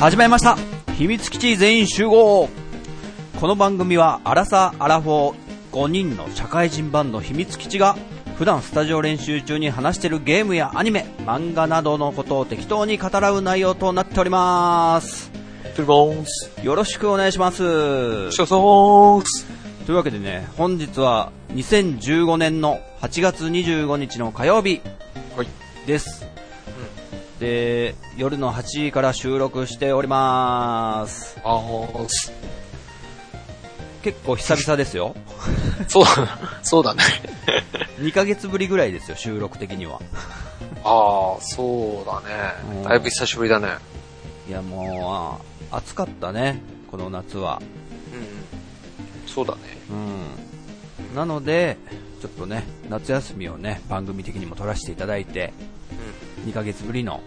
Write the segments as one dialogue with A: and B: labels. A: 始まりました秘密基地全員集合この番組はアラサー・アラフォー5人の社会人版の秘密基地が普段スタジオ練習中に話しているゲームやアニメ漫画などのことを適当に語らう内容となっております
B: トゥボーンス。
A: よろしくお願いします
B: ショソーンス。
A: というわけでね本日は2015年の8月25日の火曜日
B: はい。
A: です、で夜の8時から収録しております
B: あーす。
A: 結構久々ですよ
B: そうだな。そうだね。
A: 2ヶ月ぶりぐらいですよ収録的には
B: あー、そうだね。だいぶ久しぶりだね。
A: いやもうあ暑かったねこの夏は
B: うん。そうだね。
A: うんなのでちょっとね夏休みをね番組的にも取らせていただいて
B: う
A: 2ヶ月ぶりの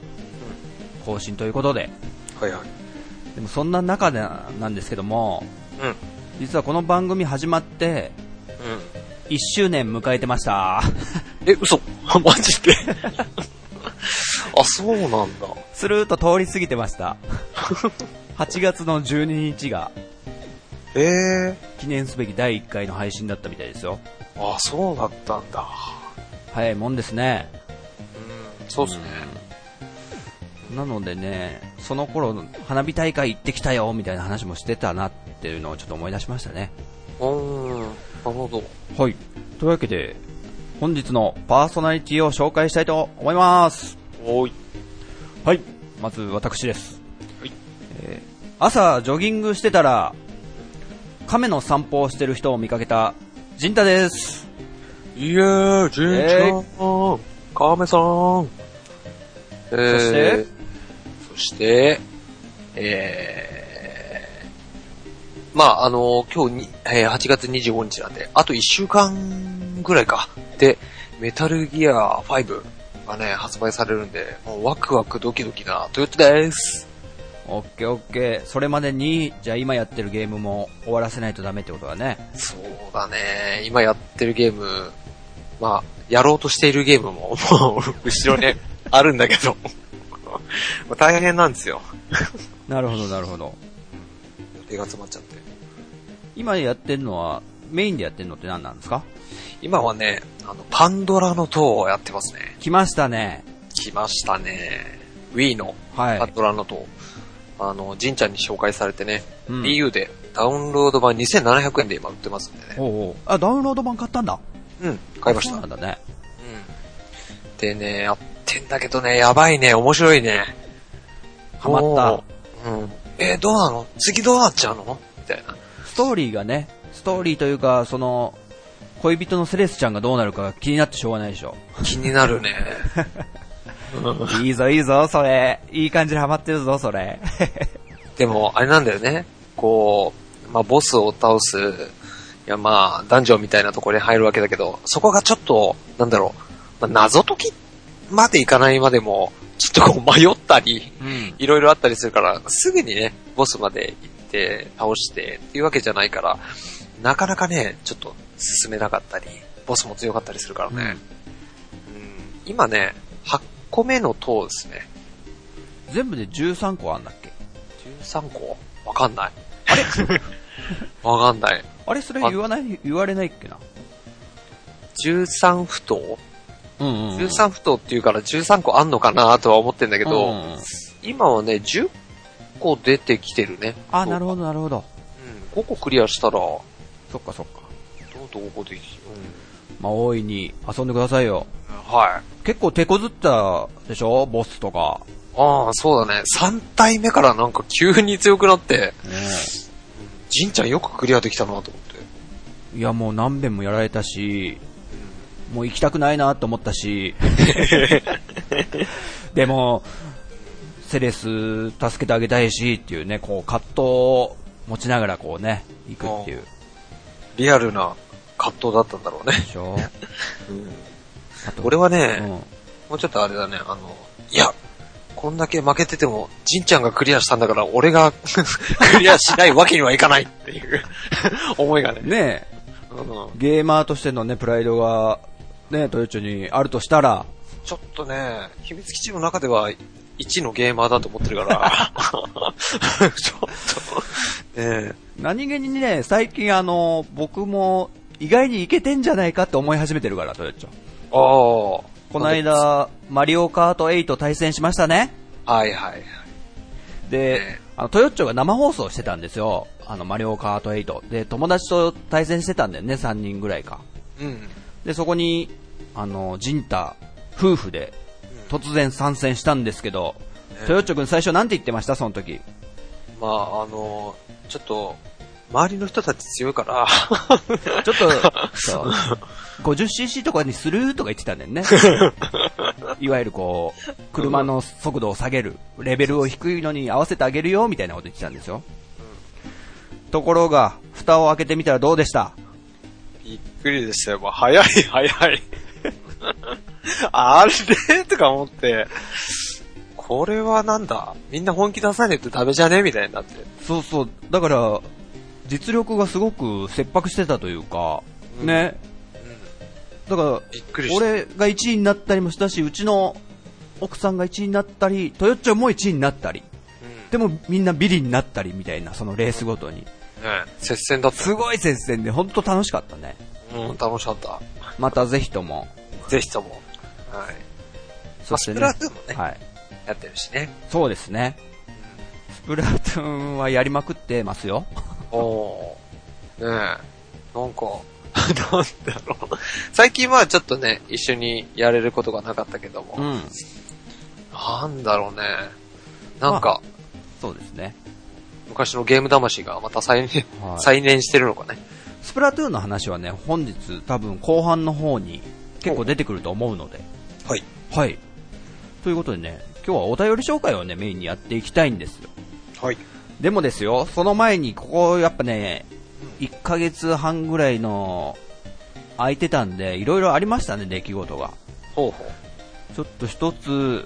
A: 更新ということで
B: ん。はいはい。
A: でもそんな中でなんですけども
B: うん。
A: 実はこの番組始まって
B: う
A: 1周年迎えてました
B: ん。え、 嘘マジであ、そうなんだ。
A: スルーっと通り過ぎてました 8月の12日が
B: え
A: 記念すべき第1回の配信だったみたいですよ
B: ー。あ、そうだったんだ。
A: 早いもんですね
B: うん。そうっすね。
A: なのでねその頃花火大会行ってきたよみたいな話もしてたなっていうのをちょっと思い出しましたね
B: うーん。なるほど。
A: はいというわけで本日のパーソナリティを紹介したいと思います
B: おーい。
A: はいまず私です
B: はい。
A: 朝ジョギングしてたら亀の散歩をしてる人を見かけた陣太です
B: いえー、じんちゃん、カメさん。えー、
A: して
B: そして、えー、まあ、あの今日に、えー8月25日なんで、あと1週間ぐらいか。で、メタルギア5がね、発売されるんで、もうワクワクドキドキな、トヨタです。
A: オッケーオッケーそれまでにじゃあ今やってるゲームも終わらせないとダメってことだね
B: そうだね、今やってるゲーム、まあ、やろうとしているゲームも、 もう、後ろにあるんだけど、 もう大変なんですよ。
A: なるほどなるほど
B: 予定が詰まっちゃって。
A: 今やってるのはメインでやってるのって何なんですか
B: 今はね、あの、パンドラの塔をやってますね。
A: 来ましたね
B: 来ましたね。Wii の
A: はい
B: パンドラの塔。あの、ジンちゃんに紹介されてね、
A: うん
B: DU でダウンロード版2700円で今売ってますんでね。
A: おうおうあダウンロード版買ったんだ
B: うん、買いまし
A: そ
B: た。
A: う
B: う
A: なん
B: ん。
A: だね
B: でね、やってんだけどね、やばいね、面白いね。
A: ハマっ
B: った。うん。えーどうなの次どうなっちゃうのみたいな。
A: たストーリーがねストーリーというかその恋人のセレスちゃんがどうなるかが気になってしょうがないでし ょ
B: 気になるね。
A: いいぞいいぞそれいい感じでハマってるぞそれ
B: でも、あれなんだよね。こう、まあ、ボスを倒す、いや、まあ、ダンジョンみたいなところに入るわけだけど、そこがちょっと、なんだろう、まあ、謎解きまでいかないまでも、ちょっとこう迷ったり、
A: うん
B: いろいろあったりするから、すぐにね、ボスまで行って、倒してっていうわけじゃないから、なかなかね、ちょっと進めなかったり、ボスも強かったりするからね。うん今ね、8個目の塔ですね。
A: 全部で13個あんだっけ
B: 13個わかんない。あ れわかんない。
A: あれそれ言わない言われないっけな
B: 13不等
A: うんうん、うん、
B: ?13 不等っていうから13個あんのかなとは思ってんだけ
A: うん
B: ど、
A: うん
B: 今はね、10個出てきてるね。
A: あなるほどなるほど
B: うん、5個クリアしたら、ど
A: そっかそっか
B: んどん5個できて
A: まあ大いに遊んでくださいよ
B: うん。はい。
A: 結構手こずったでしょボスとか、
B: ああ、そうだね。3体目からなんか急に強くなって、
A: ね
B: じんちゃんよくクリアできたなと思って。
A: え、いやもう何遍もやられたしもう行きたくないなと思った しでもセレス助けてあげたいしっていうねこう葛藤を持ちながらこうね行くっていう
B: リアルな葛藤だったんだろうね
A: で。しょあと
B: 俺はね、
A: うん
B: もうちょっとあれだね、あの、いや、こんだけ負けてても、じんちゃんがクリアしたんだから、俺が クリアしないわけにはいかないっていう 思いがね。
A: ねえ
B: うん、
A: ゲーマーとしてのねプライドがねトヨチョにあるとしたら
B: ちょっとね、秘密基地の中では、一のゲーマーだと思ってるから、 ちょっと、ねえ
A: 何気にね、最近あの、僕も意外にいけてんじゃないかって思い始めてるから、トヨッチョ。
B: ああ。
A: この間、マリオカート8対戦しましたね。
B: はいはいはい。
A: で
B: ええ、
A: あの、トヨッチョが生放送してたんですよ。あの、マリオカート8。で、友達と対戦してたんだよね、3人ぐらいか。
B: うん。
A: で、そこに、あの、ジンタ、夫婦で、突然参戦したんですけど、トヨッチョ君最初なんて言ってましたその時。
B: まあ、あの、ちょっと、周りの人たち強いから、
A: ちょっと、 そう 50cc とかにするとか言ってたんだ よね。いわゆるこう、車の速度を下げる、レベルを低いのに合わせてあげるよ、みたいなこと言ってたんですよ。ところが、蓋を開けてみたらどうでした
B: びっくりでしたよ。もう早い早い。 あれとか思って、これはなんだみんな本気出さねえとダメじゃねみたいになって。
A: そうそう、だから、実力がすごく切迫してたというか、ね。だから、
B: びっくりした
A: 俺が1位になったりもしたし、うちの奥さんが1位になったり、トヨッチョも1位になったり、でもみんなビリになったりみたいな、そのレースごとに。
B: ね接戦だった
A: す
B: よ。
A: ごい接戦で、本当楽しかったね。
B: うん、楽しかった。
A: またぜひとも。
B: ぜひとも。はい。
A: そ
B: まあ、
A: してね
B: スプラトゥーンもね、
A: はい。
B: やってるしね。
A: そうですね。スプラトゥーンはやりまくってますよ。
B: おー。ねえ。なんか、 なんだろう。最近はちょっとね、一緒にやれることがなかったけども。
A: うん。
B: なんだろうね。なんか、
A: そうですね。
B: 昔のゲーム魂がまた再燃、
A: はい
B: 再燃してるのかね。
A: スプラトゥーンの話はね、本日多分後半の方に結構出てくると思うので。
B: はい。
A: はい。ということでね、今日はお便り紹介をね、メインにやっていきたいんですよ。
B: はい。
A: でもですよ、その前に、ここ、やっぱね、1ヶ月半ぐらいの、空いてたんで、いろいろありましたね、出来事が。
B: ほうほう。
A: ちょっと一つ、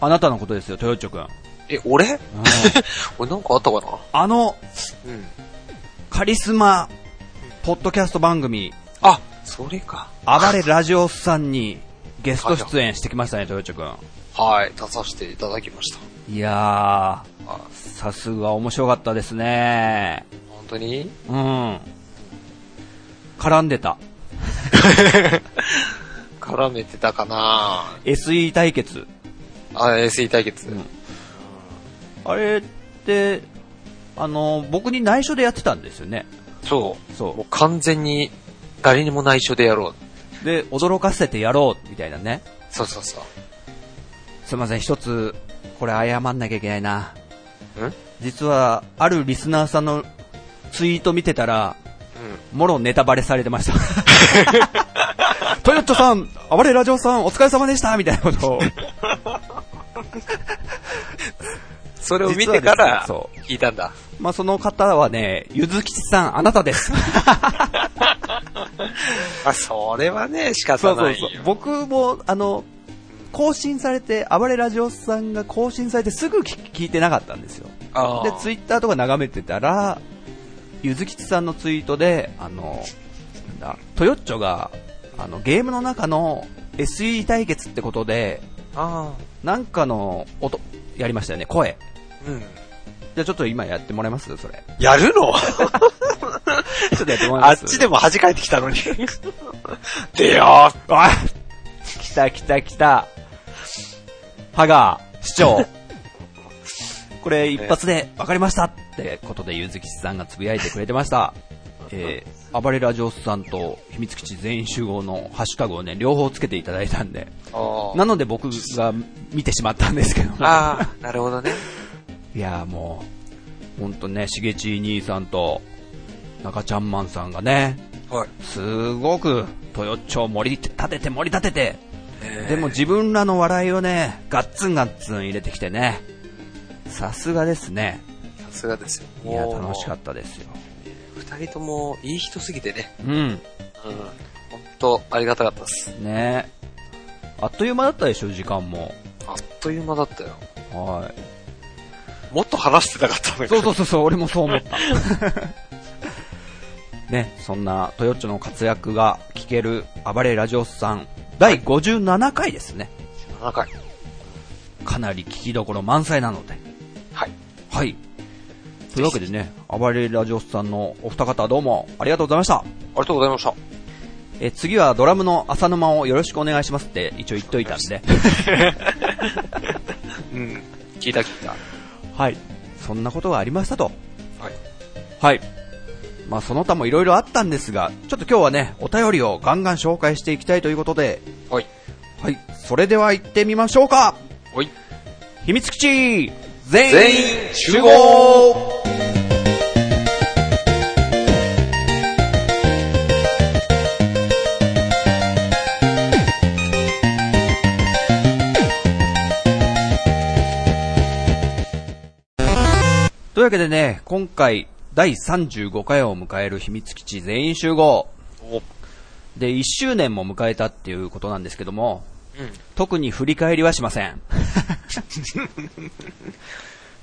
A: あなたのことですよ、豊町くん。
B: え、俺 俺なんかあったかな
A: あの、
B: うん。
A: カリスマ、ポッドキャスト番組、
B: あ、それか。
A: 暴れラジオスさんに、ゲスト出演してきましたね、豊町く
B: はい、出させていただきました。
A: ん。いや
B: あ
A: ー、さすが面白かったですね。
B: 本当に
A: うん。絡んでた。
B: 絡めてたかな
A: SE 対決。
B: あ、SE 対決。
A: んあれって、あの、僕に内緒でやってたんですよね。
B: そう。
A: そう
B: もう完全に、誰にも内緒でやろう。
A: で、驚かせてやろう、みたいなね。
B: そうそうそう。
A: すいません、一つ、これ謝んなきゃいけないな。
B: んうん。
A: 実は、あるリスナーさんのツイート見てたら、もろネタバレされてました。トヨットさん、暴れラジオさん、お疲れ様でしたみたいなことを。
B: それを見てから、
A: 実はですね
B: 聞いたんだ。
A: まあ、その方はね、ゆずきちさん、あなたです。
B: あ、それはね、仕
A: そ
B: 方
A: うそ
B: な
A: う
B: い
A: そ
B: よ。
A: う。僕も、あの、更新されて、暴れラジオさんが更新されてすぐ聞聞いてなかったんですよ。
B: あ
A: で、ツイッターとか眺めてたら、ゆずきちさんのツイートで、あの、なんだ、トヨッチョが、あの、ゲームの中の SE 対決ってことで、
B: あ
A: なんかの音、やりましたよね、声。
B: ーうん。
A: じゃあちょっと今やってもらえますそれ。
B: やるの
A: ちょっとやってもらえ
B: あ
A: ま
B: っ
A: す
B: ちでも弾かれてきた のに。でよ
A: あ来た来た来た。ハガー、市 長。これ一発で分かりましたってことで、ゆずきちさんがつぶやいてくれてま した。えー、暴れラジオスさんと秘密基地全員集合のハッシュタグをね、両方つけていただいたんで。
B: あ
A: なので僕が見てしまったんですけども。
B: あー、なるほどね。
A: いやーもう、ほんとね、しげち兄さんと、中ちゃんまんさんがね、
B: はい。
A: すごく、豊町を盛り立てて盛り立てて、でも自分らの笑いをね、ガッツンガッツン入れてきてね、さすがですね。
B: さすがですよ。
A: いや、
B: もう
A: 楽しかったですよ。
B: 二人ともいい人すぎてね。
A: うん。
B: うん。本当ありがたかったです。
A: ねあっという間だったでしょ、時間も。
B: あっという間だったよ。
A: は
B: もっと話してなかったんだ
A: い。
B: け
A: そう
B: ど。
A: そうそうそう、俺もそう思った。 ね、そんな、トヨッチョの活躍が聞ける、暴れラジオスさん、第57回ですね。
B: 7回。
A: かかなり聞きどころ満載なので。
B: はい。
A: はい。というわけでね、暴れラジオスさんのお二方どうもありがとうございました。
B: ありがとうございました。
A: えー次はドラムの浅沼をよろしくお願いしますって一応言っといたんで。
B: うん。聞いた聞いた。
A: はい。そんなことがありましたと。
B: はい。
A: はい。まあその他もいろいろあったんですが、ちょっと今日はね、お便りをガンガン紹介していきたいということで、
B: はい。
A: はい。それでは行ってみましょうか
B: おい。
A: 秘密基地全
B: 全員集
A: 合というわけでね、今回第35回を迎える秘密基地全員集合
B: お
A: で1周年も迎えたっていうことなんですけども、
B: うん。
A: 特に振り返りはしません。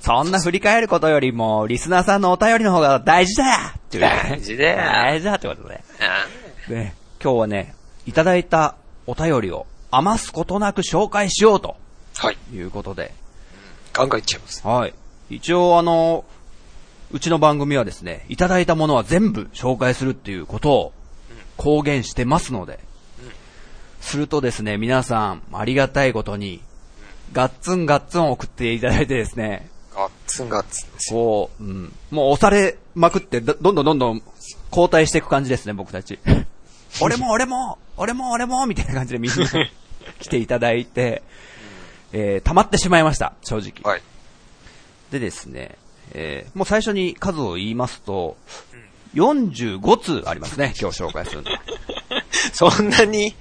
A: そんな振り返ることよりも、リスナーさんのお便りの方が大事だっていうね
B: 大事だよ
A: 大事だってことで。
B: あ
A: ね、今日はね、いただいたお便りを余すことなく紹介しようと
B: ーはい。
A: いうことで。
B: ガンガンいっちゃいます。
A: はい。一応あの、うちの番組はですね、いただいたものは全部紹介するっていうことを公言してますので、するとですね、皆さん、ありがたいことに、ガッツンガッツン送っていただいてですね、
B: ガッツンガッツンですよ。
A: こう、うん、もう押されまくって、どどんどんどんどん交代していく感じですね、僕たち。俺も俺も俺も俺もみたいな感じでみんな来ていただいて、えー、溜まってしまいました、正直。
B: はい。
A: でですね、えーもう最初に数を言いますと、45通ありますね、今日紹介するのは。
B: そんなに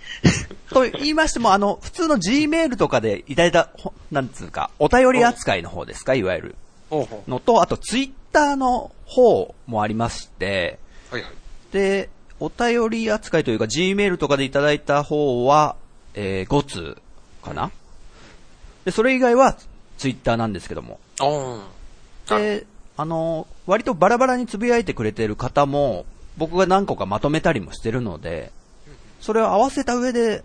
A: と言いましても、あの、普通の G メールとかでいただいた、ほなんつうか、お便り扱いの方ですか、いわゆる。
B: ほうほ
A: のと、あと、ツイッターの方もありまして、
B: う。はいはい。
A: で、お便り扱いというか、G メールとかでいただいた方は、えー5通かな。で、それ以外は、ツイッターなんですけども。
B: おー
A: で、あの、割とバラバラにつぶやいてくれてる方も、僕が何個かまとめたりもしてるので、それを合わせた上で、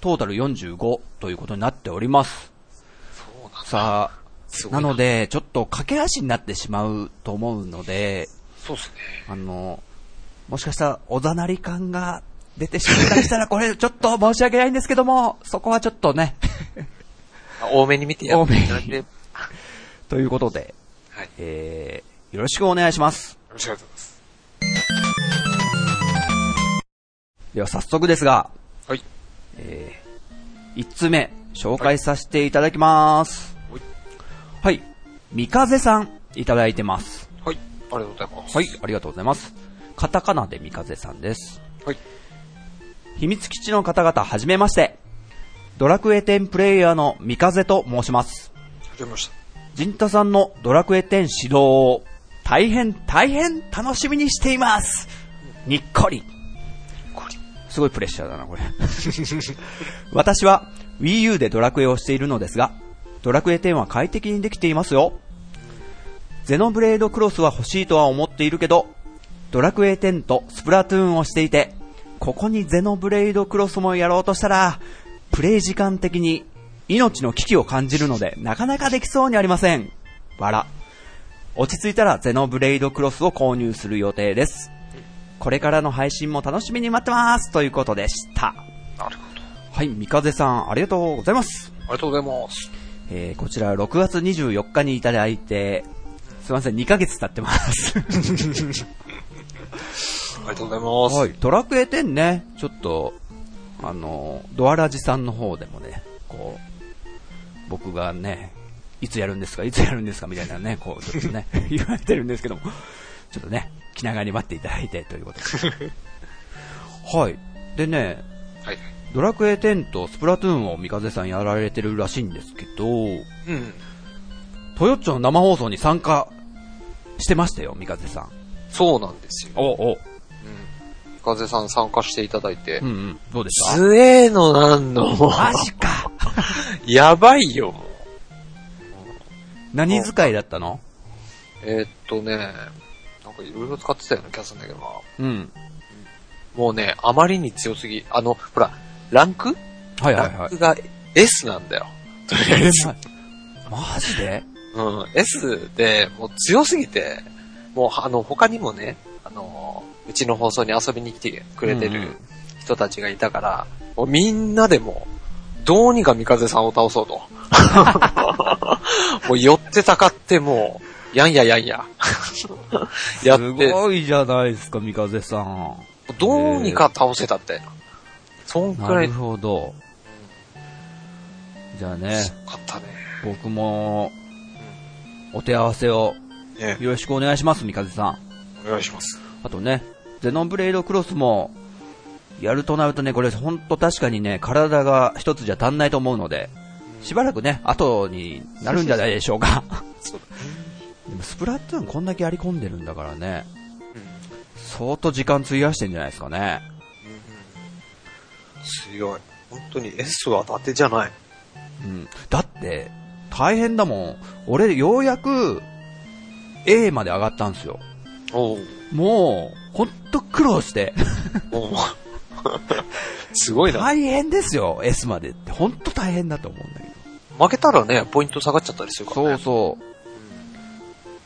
A: トータル45ということになっております。
B: そうなんだ
A: さ
B: す
A: あ、
B: ご
A: ない
B: な
A: ので、ちょっと駆け足になってしまうと思うので、
B: そうですね。
A: あの、もしかしたらおざなり感が出てしまったりしたら、これちょっと申し訳ないんですけども、そこはちょっとね、
B: あ多めに見てやっていただい
A: 多
B: て。
A: ということで、
B: はい。よ
A: えー、よろしくお願いします。
B: ろしくお願いします。
A: では早速ですが、
B: はい。
A: 1つ目、紹介させていただきます。
B: はい。
A: はい。三風さん、いただいてます。
B: はい。ありがとうございます。
A: はい。ありがとうございます。カタカナで三風さんです。
B: はい。
A: 秘密基地の方々、はじめまして。ドラクエ10プレイヤーの三風と申します。
B: 始めまし
A: 陣太さんのドラクエ10指導を大変大変楽しみにしています。にっこり。
B: た。これ。
A: すごいプレッシャーだな、 これ。私は Wii U でドラクエをしているのですが、ドラクエ10は快適にできていますよ。ゼノブレードクロスは欲しいとは思っているけど、ドラクエ10とスプラトゥーンをしていて、ここにゼノブレードクロスもやろうとしたら、プレイ時間的に命の危機を感じるので、なかなかできそうにありません。笑。落ち着いたらゼノブレードクロスを購入する予定です。これからの配信も楽しみに待ってますということでした。
B: なるほど。
A: はい、三風さん、ありがとうございます。
B: ありがとうございます。
A: えー、こちら6月24日にいただいて、すいません、2ヶ月経ってます。
B: ありがとうございます。
A: はい、ドラクエ10ね、ちょっと、あの、ドアラジさんの方でもね、こう、僕がね、いつやるんですか、いつやるんですか、みたいなね、こう、ちょっとね、 言われてるんですけども、ちょっとね、気長に待っていただいてということではい。でね、
B: はい。
A: ドラクエ10とスプラトゥーンを三風さんやられてるらしいんですけど、
B: うん。
A: トヨッチョの生放送に参加してましたよ、三風さん。
B: そうなんですよ。
A: おお。
B: 風さん参加していただいて
A: うんう。ん。どうでした
B: 強えのなんの。
A: マジか。
B: やばいよ。
A: 何使いだったの
B: えーっとね、なんかいろいろ使ってたような気がするんだけどな。
A: うん。
B: もうね、あまりに強すぎ。あの、ほら、ランク
A: はいは
B: ラ
A: いは
B: ン
A: い
B: ク。が S なんだよ。とりあえず。
A: マジで
B: うん、S でもう強すぎて、もうあの他にもね、あの、うちの放送に遊びに来てくれて
A: うんう
B: る
A: ん
B: 人たちがいたから、もうみんなでも、どうにか三風さんを倒そう と。もう寄ってたかってもう、やんややんや。やっ
A: す
B: て、
A: ごいじゃないですか、三風さん。
B: どうにか倒せたって。そんく
A: な
B: らい
A: るほど。じゃあね、
B: 勝ったね。
A: 僕も、お手合わせを
B: ええ
A: よろしくお願いします、三風さん。
B: お願いします。
A: あとね、ゼノンブレイドクロスも、やるとなるとね、これほんと確かにね、体が一つじゃ足んないと思うので、しばらくね、後になるんじゃないでしょうか。
B: そうだ
A: でもスプラトゥーンこんだけやり込んでるんだからね、
B: うん
A: 相当時間費やしてんじゃないですかね。
B: 強い。本当に S は当てじゃない。
A: うん。だって、大変だもん。俺、ようやく、A まで上がったんですよ。
B: おう
A: もう、ほんと苦労して。
B: おう すごい な。
A: 大変ですよ、S までって。ほんと大変だと思うんだけど。
B: 負けたらね、ポイント下がっちゃったりするから
A: そう
B: ね。
A: そう。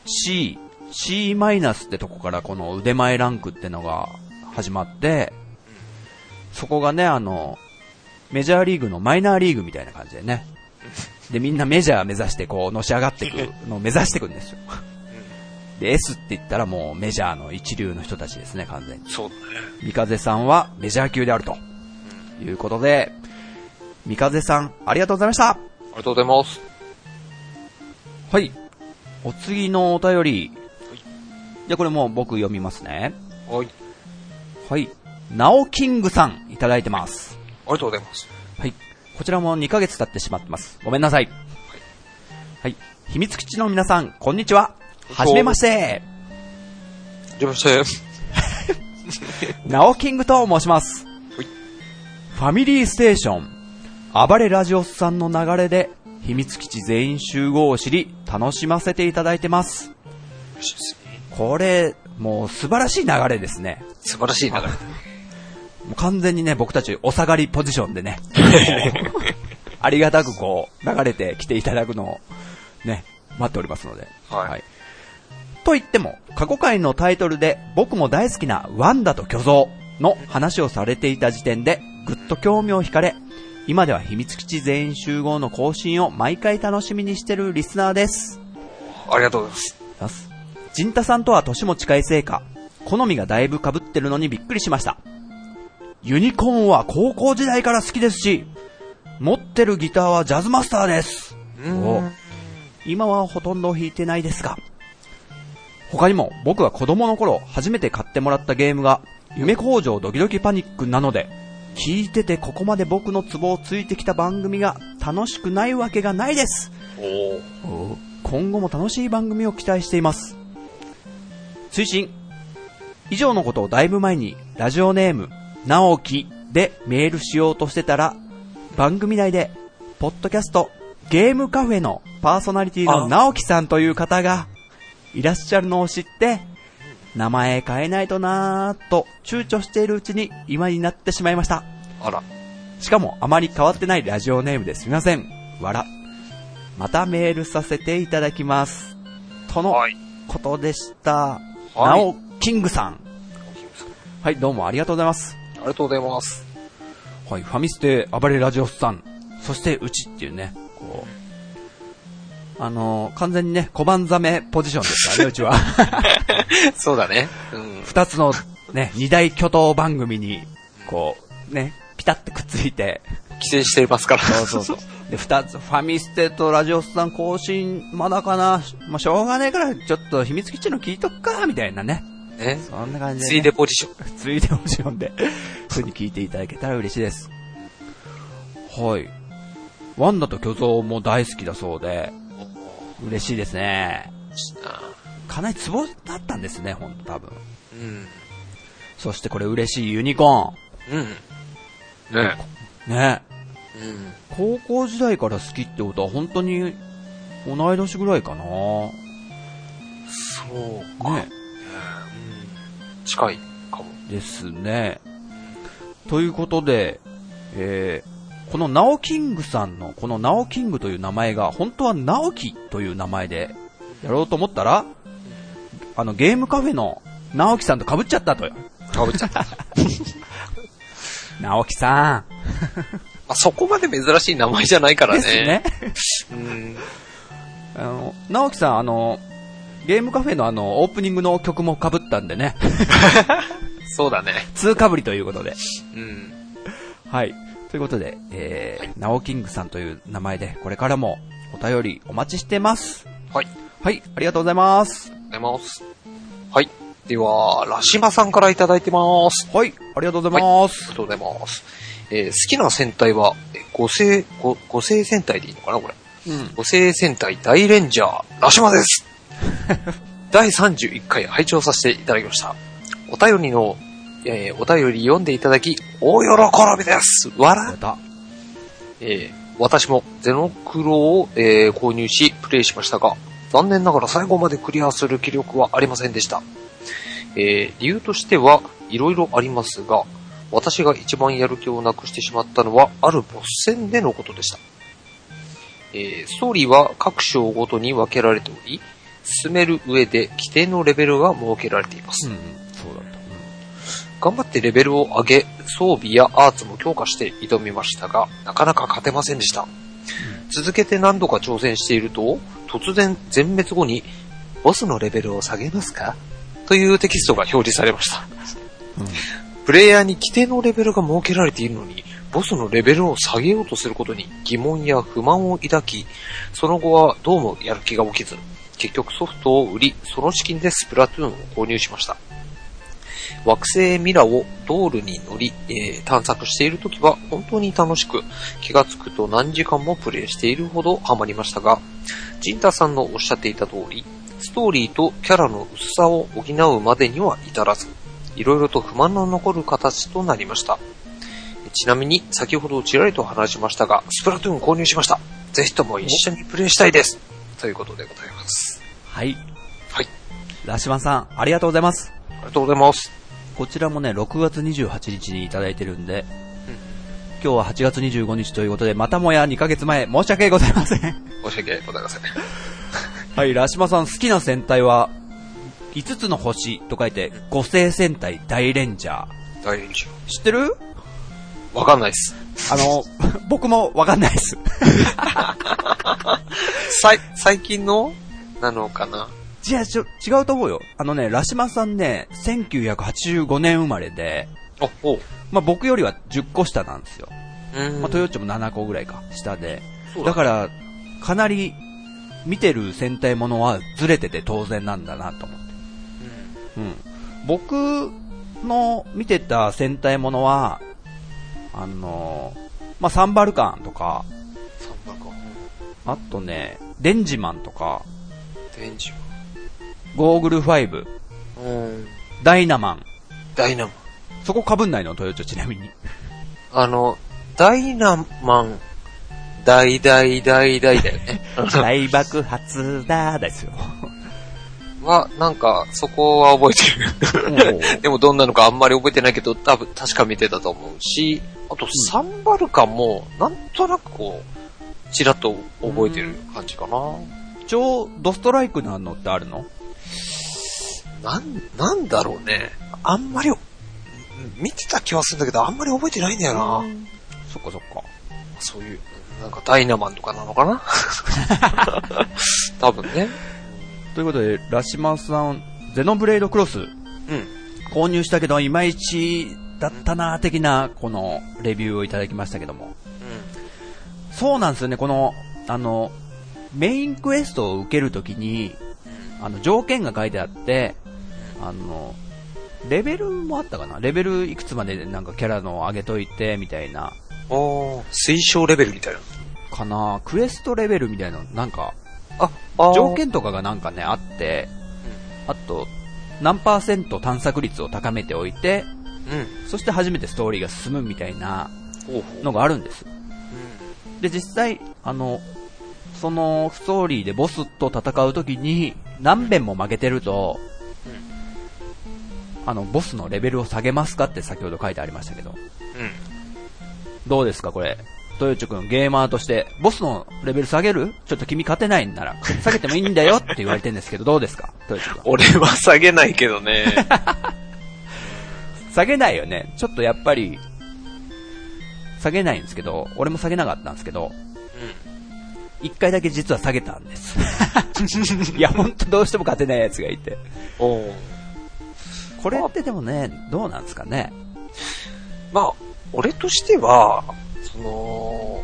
A: C、C マイナスってとこからこの腕前ランクってのが始まって、そこがね、あの、メジャーリーグのマイナーリーグみたいな感じでね。で、みんなメジャー目指してこう、のし上がっていくのを目指していくんですよ。で、S って言ったらもうメジャーの一流の人たちですね、完全に。
B: そうだね。
A: 三風さんはメジャー級であると。いうことで、三風さん、ありがとうございました
B: ありがとうございます。
A: はい。お次のお便り。じゃあこれもう僕読みますね。
B: はい。
A: はい。ナオキングさん、いただいてます。
B: ありがとうございます。
A: はい。こちらも2ヶ月経ってしまってます。ごめんなさい。はい。秘密基地の皆さん、こんにちは。はじめまして。
B: はじめまして。
A: ナオキングと申します。
B: はい
A: ファミリーステーション、暴れラジオスさんの流れで、秘密基地全員集合を知り、楽しませていただいてます。これ、もう素晴らしい流れですね。
B: 素晴らしい流れ。
A: もう完全にね、僕たちお下がりポジション でね、ありがたくこう、流れてきていただくのを、ね、待っておりますので。
B: はい
A: と言っても、過去回のタイトルで、僕も大好きなワンダと巨像の話をされていた時点で、ぐっと興味を惹かれ、今では秘密基地全員集合の更新を毎回楽しみにしてるリスナーです。
B: ありがとうございます。
A: ます。ジンタさんとは年も近いせいか、好みがだいぶ被ってるのにびっくりしました。ユニコーンは高校時代から好きですし、持ってるギターはジャズマスターです。
B: うん
A: お今はほとんど弾いてないですが。他にも僕は子供の頃初めて買ってもらったゲームが夢工場ドキドキパニックなので、聞いててここまで僕のツボをついてきた番組が楽しくないわけがないです。
B: おう
A: 今後も楽しい番組を期待しています推進以上のことをだいぶ前にラジオネーム直樹でメールしようとしてたら番組内でポッドキャストゲームカフェのパーソナリティの
B: あ
A: 直樹さんという方がいらっしゃるのを知って名前変えないとなぁと躊躇しているうちに今になってしまいました
B: あら。
A: しかもあまり変わってないラジオネームですみません。わら。またメールさせていただきます。との
B: はい
A: ことでした。
B: はい
A: なお、キングさん。はい、どうもありがとうございます。
B: ありがとうございます。
A: はい、ファミステ、暴れラジオスさん。そして、うちっていうね、こう。あのー完全にね、小判ザメポジションです からね、うちは。
B: そうだね。うん。
A: 二つのね、二大巨頭番組に、こう、ね、ピタッとくっついて、
B: 規制していますから。そう
A: そうそう。で、二つ、ファミステとラジオスさん更新、まだかな、まあ、しょうがねえから、ちょっと秘密基地の聞いとくか、みたいなね。
B: ね。
A: そんな感じで、ね。
B: ついでポジション。
A: ついでもちろんで、普通に聞いていただけたら嬉しいです。はい。ワンダと巨像も大好きだそうで、嬉しいですね。かなりツボだったんですね、ほんと多分。
B: うん。
A: そしてこれ嬉しいユニコ
B: うん。ね
A: ーン。ね。
B: うん。
A: 高校時代から好きってことは本当に同い年ぐらいかな。
B: そうか。
A: ね。
B: うん近いかも。
A: ですね。ということで、えーこのナオキングさんの、このナオキングという名前が、本当はナオキという名前でやろうと思ったら、あの、ゲームカフェのナオキさんと被っちゃったとよ。
B: かぶっちゃった。ま
A: ナオキさん。
B: あ、そ こまで珍しい名前じゃないから
A: で
B: ね。
A: すね。
B: うん。
A: あの、直樹さん、あの、ゲームカフェのあの、オープニングの曲も被ったんでね、
B: そうだね。
A: 通被りということで。
B: うん。
A: はい。ということで、えー、ナオキングさんという名前で、これからもお便りお待ちしてます。
B: はい。
A: はい、ありがとうございます。
B: ありがとうございます。はい。では、ラシマさんからいただいてます。
A: はい、ありがとうございま
B: あ
A: す。
B: りがとうございます。えー好きな戦隊は、えー五星、五五星戦隊でいいのかなこれ。
A: うん。
B: 五星戦隊大レンジャー、ラシマです。第31回拝聴させていただきました。お便りの、えーお便り読んでいただき、大喜びです。わ
A: ま。
B: ら
A: た。
B: えー私もゼノクロを、えー購入しプレイしましたが、残念ながら最後までクリアする気力はありませんでした。えー理由としてはいろいろありますが、私が一番やる気をなくしてしまったのは、あるボス戦でのことでした。えーストーリーは各章ごとに分けられており、進める上で規定のレベルが設けられています
A: うん、。そうだった。
B: 頑張ってレベルを上げ、装備やアーツも強化して挑みましたが、なかなか勝てませんでした。続けて何度か挑戦していると、突然全滅後に、ボスのレベルを下げますかというテキストが表示されました。
A: うん
B: プレイヤーに規定のレベルが設けられているのに、ボスのレベルを下げようとすることに疑問や不満を抱き、その後はどうもやる気が起きず、結局ソフトを売り、その資金でスプラトゥーンを購入しました。惑星ミラをドールに乗り、えー探索しているときは本当に楽しく、気がつくと何時間もプレイしているほどハマりましたが、ジンタさんのおっしゃっていた通り、ストーリーとキャラの薄さを補うまでには至らず、いろいろと不満の残る形となりました。ちなみに、先ほどちらりと話しましたが、スプラトゥーン購入しました。ぜひとも一緒にプレイしたいです。ということでございます。
A: はい。
B: はい。
A: ラシマンさん、ありがとうございます。
B: ありがとうございます。
A: こちらもね、6月28日にいただいてるんで、
B: うん
A: 今日は8月25日ということで、またもや2ヶ月前、申し訳ございません。
B: 申し訳ございません。
A: はい、 ラシマさん好きな戦隊は、5つの星と書いて、五星戦隊大レンジャー。
B: 大連中。
A: 知ってる
B: わかんないです。
A: あの、僕もわかんないです。
B: さい、最近のなのかな
A: じゃあ、ちょ、違うと思うよ。あのね、ラシマさんね、1985年生まれで、
B: あ、おう。
A: まあ、僕よりは10個下なんですよ。
B: うん
A: まあ、トヨッチョも7個ぐらいか、下で。
B: そう
A: だ
B: だ
A: から、かなり、見てる戦隊ものはずれてて当然なんだなと思って。うん、僕の見てた戦隊ものは、あのまあ、サンバルカンとか、
B: サンバか。
A: あとね、デンジマンとか、
B: 大連中。
A: ゴーグル5、
B: うん。
A: ダイナマン。
B: ダイナマン。
A: そこ被んないの、トヨチョちなみに。
B: あの、ダイナマン、大大大大だよね。
A: 大爆発だーですよ。
B: は、なんか、そこは覚えてる。 でもどんなのかあんまり覚えてないけど、多分確か見てたと思うし、あとサンバルカも、なんとなくこう、ちらっと覚えてる感じかな。
A: 超ドストライクなのってあるの
B: なん、なんだろうね。あんまり、うん見てた気はするんだけど、あんまり覚えてないんだよな。
A: そっかそっか。
B: そういう、なんかダイナマンとかなのか な多分ね。
A: ということで、ラシマさん、ゼノブレイドクロス、
B: うん。
A: 購入したけど、いまいちだったなー的な、この、レビューをいただきましたけども。そうなんですよね、この、あの、メインクエストを受けるときに、あの、条件が書いてあって、あの、レベルもあったかなレベルいくつまでなんかキャラの上げといて、みたいな、
B: うん。おー、推奨レベルみたいな。
A: かなクエストレベルみたいな、なんか、
B: あ、あー
A: 条件とかがなんかね、あって、あと、何パーセント探索率を高めておいて、
B: うん。
A: そして初めてストーリーが進むみたいな
B: ほう
A: のがあるんです。で、実際、あの、その、ストーリーでボスと戦うときに、何遍も負けてると、あの、ボスのレベルを下げますかって先ほど書いてありましたけど、
B: うん。うん。
A: どうですか、これ。トヨチョ君ゲーマーとして、ボスのレベル下げるちょっと君勝てないんなら、下げてもいいんだよって言われてるんですけど、どうですかトヨチョ君。
B: 俺は下げないけど ね。
A: 下げないよね。ちょっとやっぱり、下げないんですけど、俺も下げなかったんですけど、一回だけ実は下げたんです。 いや、ほんとどうしても勝てないやつがいて。
B: おう
A: これってでもね、どうなんですかね。
B: まあ、俺としては、その、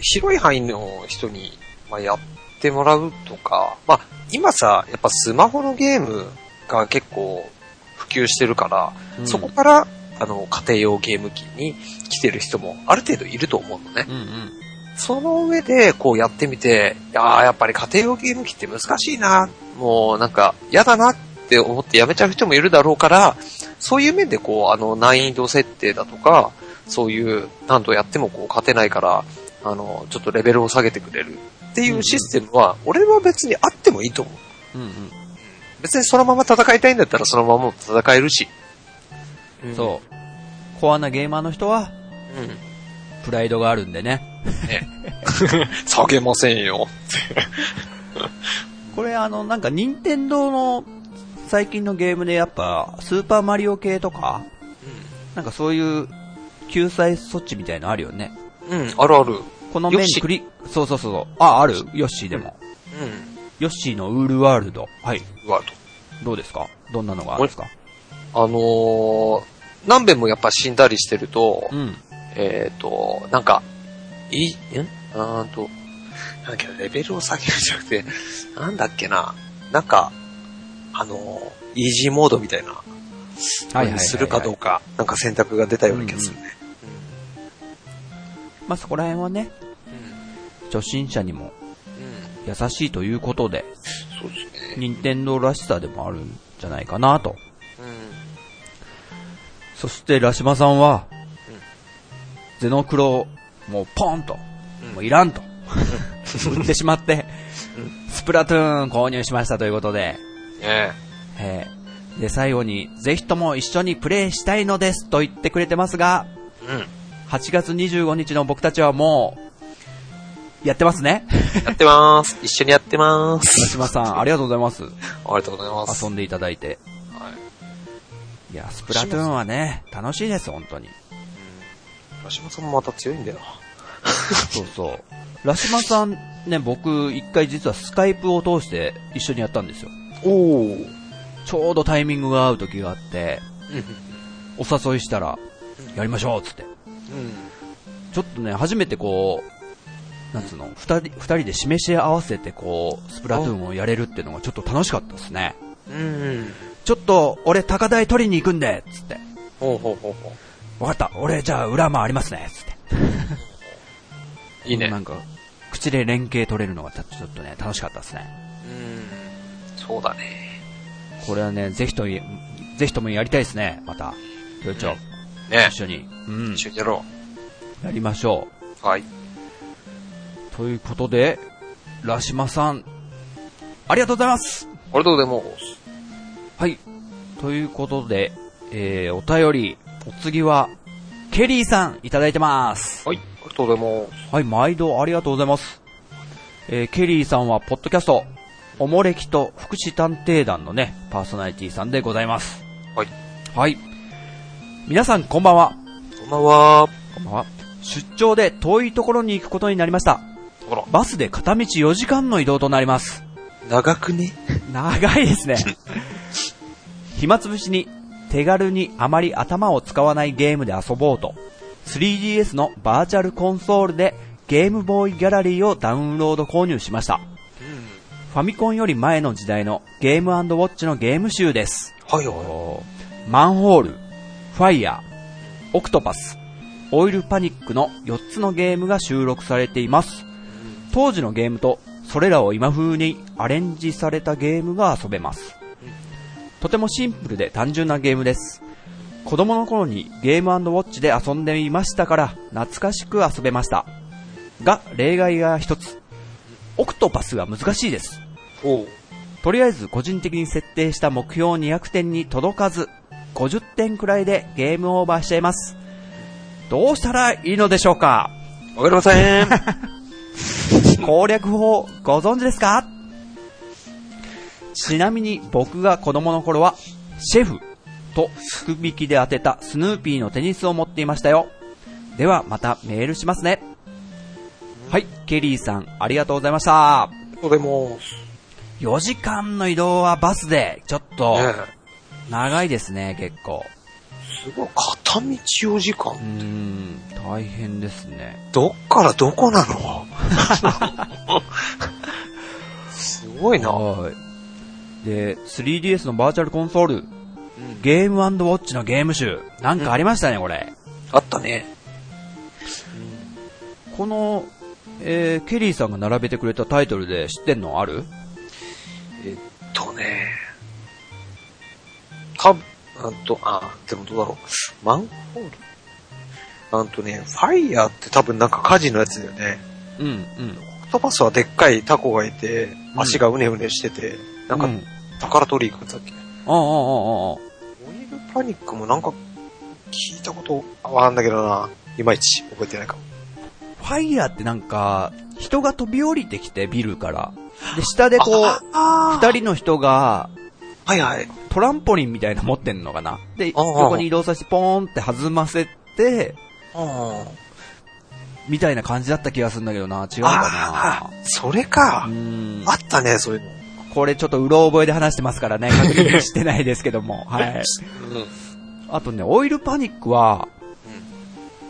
B: 広い範囲の人に、まあ、やってもらうとか、まあ、今さ、やっぱスマホのゲームが結構普及してるから、
A: うん
B: そこから、あの、家庭用ゲーム機に来てる人もある程度いると思うのね
A: う。んうん。
B: その上で、こうやってみて、ああ、やっぱり家庭用ゲーム機って難しいな、もうなんか嫌だなって思ってやめちゃう人もいるだろうから、そういう面でこう、あの、難易度設定だとか、そういう、何度やってもこう、勝てないから、あの、ちょっとレベルを下げてくれるっていうシステムは、俺は別にあってもいいと思う。
A: うん
B: 別にそのまま戦いたいんだったらそのまま戦えるし。
A: うん。そう。コアなゲーマーの人は、
B: うん。うん。
A: プライドがあるんでね。
B: 下げませんよ。
A: これあの、なんか任天堂の最近のゲームでやっぱ、スーパーマリオ系とか、なんかそういう救済措置みたいのあるよね。
B: うん。うん、あるある。
A: この面
B: ヨッシー
A: クリそうそうそうそう。あ、あるヨッシーでも。
B: うん。
A: ヨッシーのウールワールド。はい。
B: うわ、と。
A: どうですかどんなのがあるんですか
B: あのー、何べんもやっぱ死んだりしてると、
A: うん。
B: えっ、と、なんか、い、んあーんと、なんだっけな、レベルを下げるんじゃなくて、なんだっけな、なんか、あのー、イージーモードみたいな、
A: はいはいはいはい
B: するかどうか、なんか選択が出たような気がするね。
A: まあ、そこら辺はね、
B: うん。うん。
A: 初心者にも優しいということで、
B: そうですね。
A: 任天堂らしさでもあるんじゃないかなと。
B: うん。
A: そして、ラシマさんは、ゼノクロをもうポンと、もういらんと、売ってしまって、スプラトゥーン購入しましたということで、
B: ね
A: えーで、最後に、ぜひとも一緒にプレイしたいのですと言ってくれてますが、
B: えうん。
A: 8月25日の僕たちはもう、やってますね。
B: やってまーす。一緒にやってまー
A: ラ
B: す。
A: シマ さん、ありがとうございます。
B: ありがとうございます。
A: 遊んでいただいて。
B: はい。
A: いや、スプラトゥーンはね、楽しいです、本当に。
B: マシモさんもまた強いんだよ。
A: そうそう。ラシマさん、ね、僕、一回実はスカイプを通して一緒にやったんですよ。
B: おー。
A: ちょうどタイミングが合う時があって、お誘いしたら、やりましょうっつって。
B: うん。
A: ちょっとね、初めてこう、なんつうの、二人、二人で示し合わせてこう、スプラトゥーンをやれるっていうのがちょっと楽しかったですね。
B: うん。
A: ちょっと、俺高台取りに行くんでっつって。
B: ほうほうほうほ
A: わかった、俺じゃあ裏間ありますねっつって。
B: う。いいね。
A: なんか、口で連携取れるのがちょっとね、楽しかったですね。
B: うん。そうだね。
A: これはね、ぜひとも、ぜひともやりたいですね、また。部長、
B: ね
A: 一緒に。うん
B: 一。緒にやろ
A: やりましょ
B: う。はい。
A: う。ということで、ラシマさん、ありがとうございます
B: ありがとうございます。
A: はい。ということで、えー、お便り、お次は、ケリーさん、いただいてます。
B: はい。ありがとうございます。
A: はい、毎度ありがとうございます。えー、ケリーさんは、ポッドキャスト、おもれきと福祉探偵団のね、パーソナリティさんでございます。
B: はい。
A: はい。皆さん、こんばんは。
B: こんばんは。
A: こんばんは出張で遠いところに行くことになりました。
B: ほら、
A: バスで片道4時間の移動となります。
B: 長くね
A: 長いですね。暇つぶしに手軽にあまり頭を使わないゲームで遊ぼうと、3DS のバーチャルコンソールでゲームボーイギャラリーをダウンロード購入しました。ファミコンより前の時代のゲームウォッチのゲーム集です。
B: はいは
A: マンホール、ファイヤー、オクトパス、オイルパニックの4つのゲームが収録されています。当時のゲームとそれらを今風にアレンジされたゲームが遊べます。とてもシンプルで単純なゲームです。子供の頃にゲームウォッチで遊んでいましたから懐かしく遊べました。が、例外が一つ。オクトパスが難しいです。
B: い。おう。
A: とりあえず個人的に設定した目標200点に届かず、50点くらいでゲームオーバーしちゃいます。どうしたらいいのでしょうか
B: わかりません。
A: 攻略法ご存知ですかちなみに僕が子供の頃は、シェフと福引きで当てたスヌーピーのテニスを持っていましたよ。ではまたメールしますね。はい、ケリーさんありがとうございました。
B: とでも、
A: 4時間の移動はバスで、ちょっと
B: ね、
A: 長いですね、結構。
B: すごい、片道4時間
A: うーん、大変ですね。
B: どっからどこなの すごいな。
A: はい。で、3DS のバーチャルコンソール、ゲームウォッチのゲーム集、なんかありましたね、これ。
B: あったね。
A: この、えーケリーさんが並べてくれたタイトルで知ってんのある
B: えっとね。たぶん、と、あ、でもどうだろう。マンホールあんとね、ファイヤーって多分なんか火事のやつだよね。
A: うん、うん。
B: オクトパスはでっかいタコがいて、
A: うん
B: 足がうねうねしてて、なんか
A: うん、
B: 宝取り行くんだっけ。
A: ああ、ああ、ああ。
B: オイルパニックもなんか聞いたことはあるんだけどな。いまいち覚えてないかも。
A: ファイヤーってなんか、人が飛び降りてきて、ビルから。で、下でこう、
B: あー
A: 二人の人が、
B: はいはい。
A: トランポリンみたいなの持ってんのかなで、
B: ああ
A: 横に移動させて、ポーンって弾ませて、
B: あ
A: みたいな感じだった気がするんだけどな。違うか
B: あー、それか
A: な。う。ん。
B: あったね、そういうの。
A: これちょっとうろ覚えで話してますからね。確認してないですけども。はい。
B: うん。
A: あとね、オイルパニックは、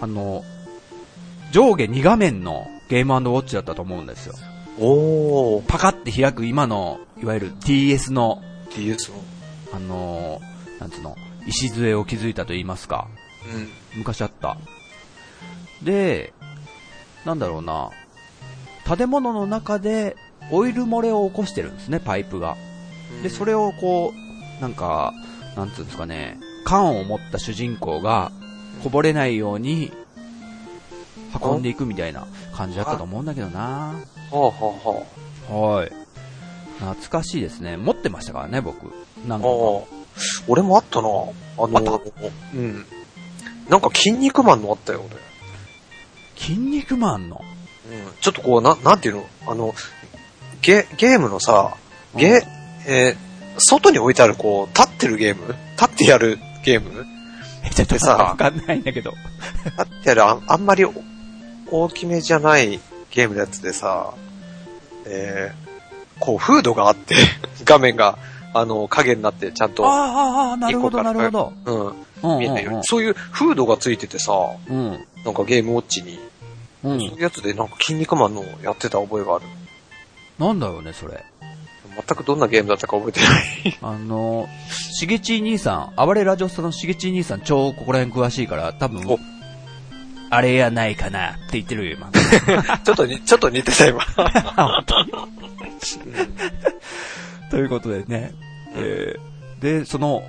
A: あの、上下2画面のゲームウォッチだったと思うんですよ。
B: おー、
A: パカって開く今の、いわゆる DS の、
B: っていう、その、
A: あのーなんつうの、礎を築いたと言いますか。
B: うん。
A: 昔あった。で、なんだろうな。建物の中でオイル漏れを起こしてるんですね、パイプが。で、それをこう、なんか、なんつうんですかね、缶を持った主人公がこぼれないように運んでいくみたいな感じだったと思うんだけどな
B: ほうほうほ
A: はい。懐かしいですね。持ってましたからね、僕。なん
B: う。
A: か。
B: ああ。俺もあったな。あの
A: あ
B: うん。なんか筋肉マンのあったよ、
A: 筋肉マンの。
B: 俺。うん。ちょっとこう、な、なんていうのあの、ゲ、ゲームのさ、ゲ、えー外に置いてある、こう、立ってるゲーム立ってやるゲーム
A: え、ちょっと
B: で さ
A: わかんないんだけど。
B: 立ってやる、あんあんまりお大きめじゃないゲームのやつでさ、えーこう、フードがあって、 画面が、あの、影になって、ちゃんと、
A: ああ、ああ、なるほど、なるほど。
B: うん、
A: うんうん
B: 見えないようにそういうフードがついててさ、
A: うん。
B: なんかゲームウォッチに、
A: う
B: そうんい。うやつでなんか筋肉マンのやってた覚えがある。
A: なんだろうね、それ。
B: 全くどんなゲームだったか覚えてない。
A: あの、しげちい兄さん、暴れラジオスタのしげちい兄さん、超ここら辺詳しいから、多分
B: お、
A: あれやないかなって言ってるよ、 今。
B: ちょっとに、ちょっと似てた今。
A: ということでね。えーで、その、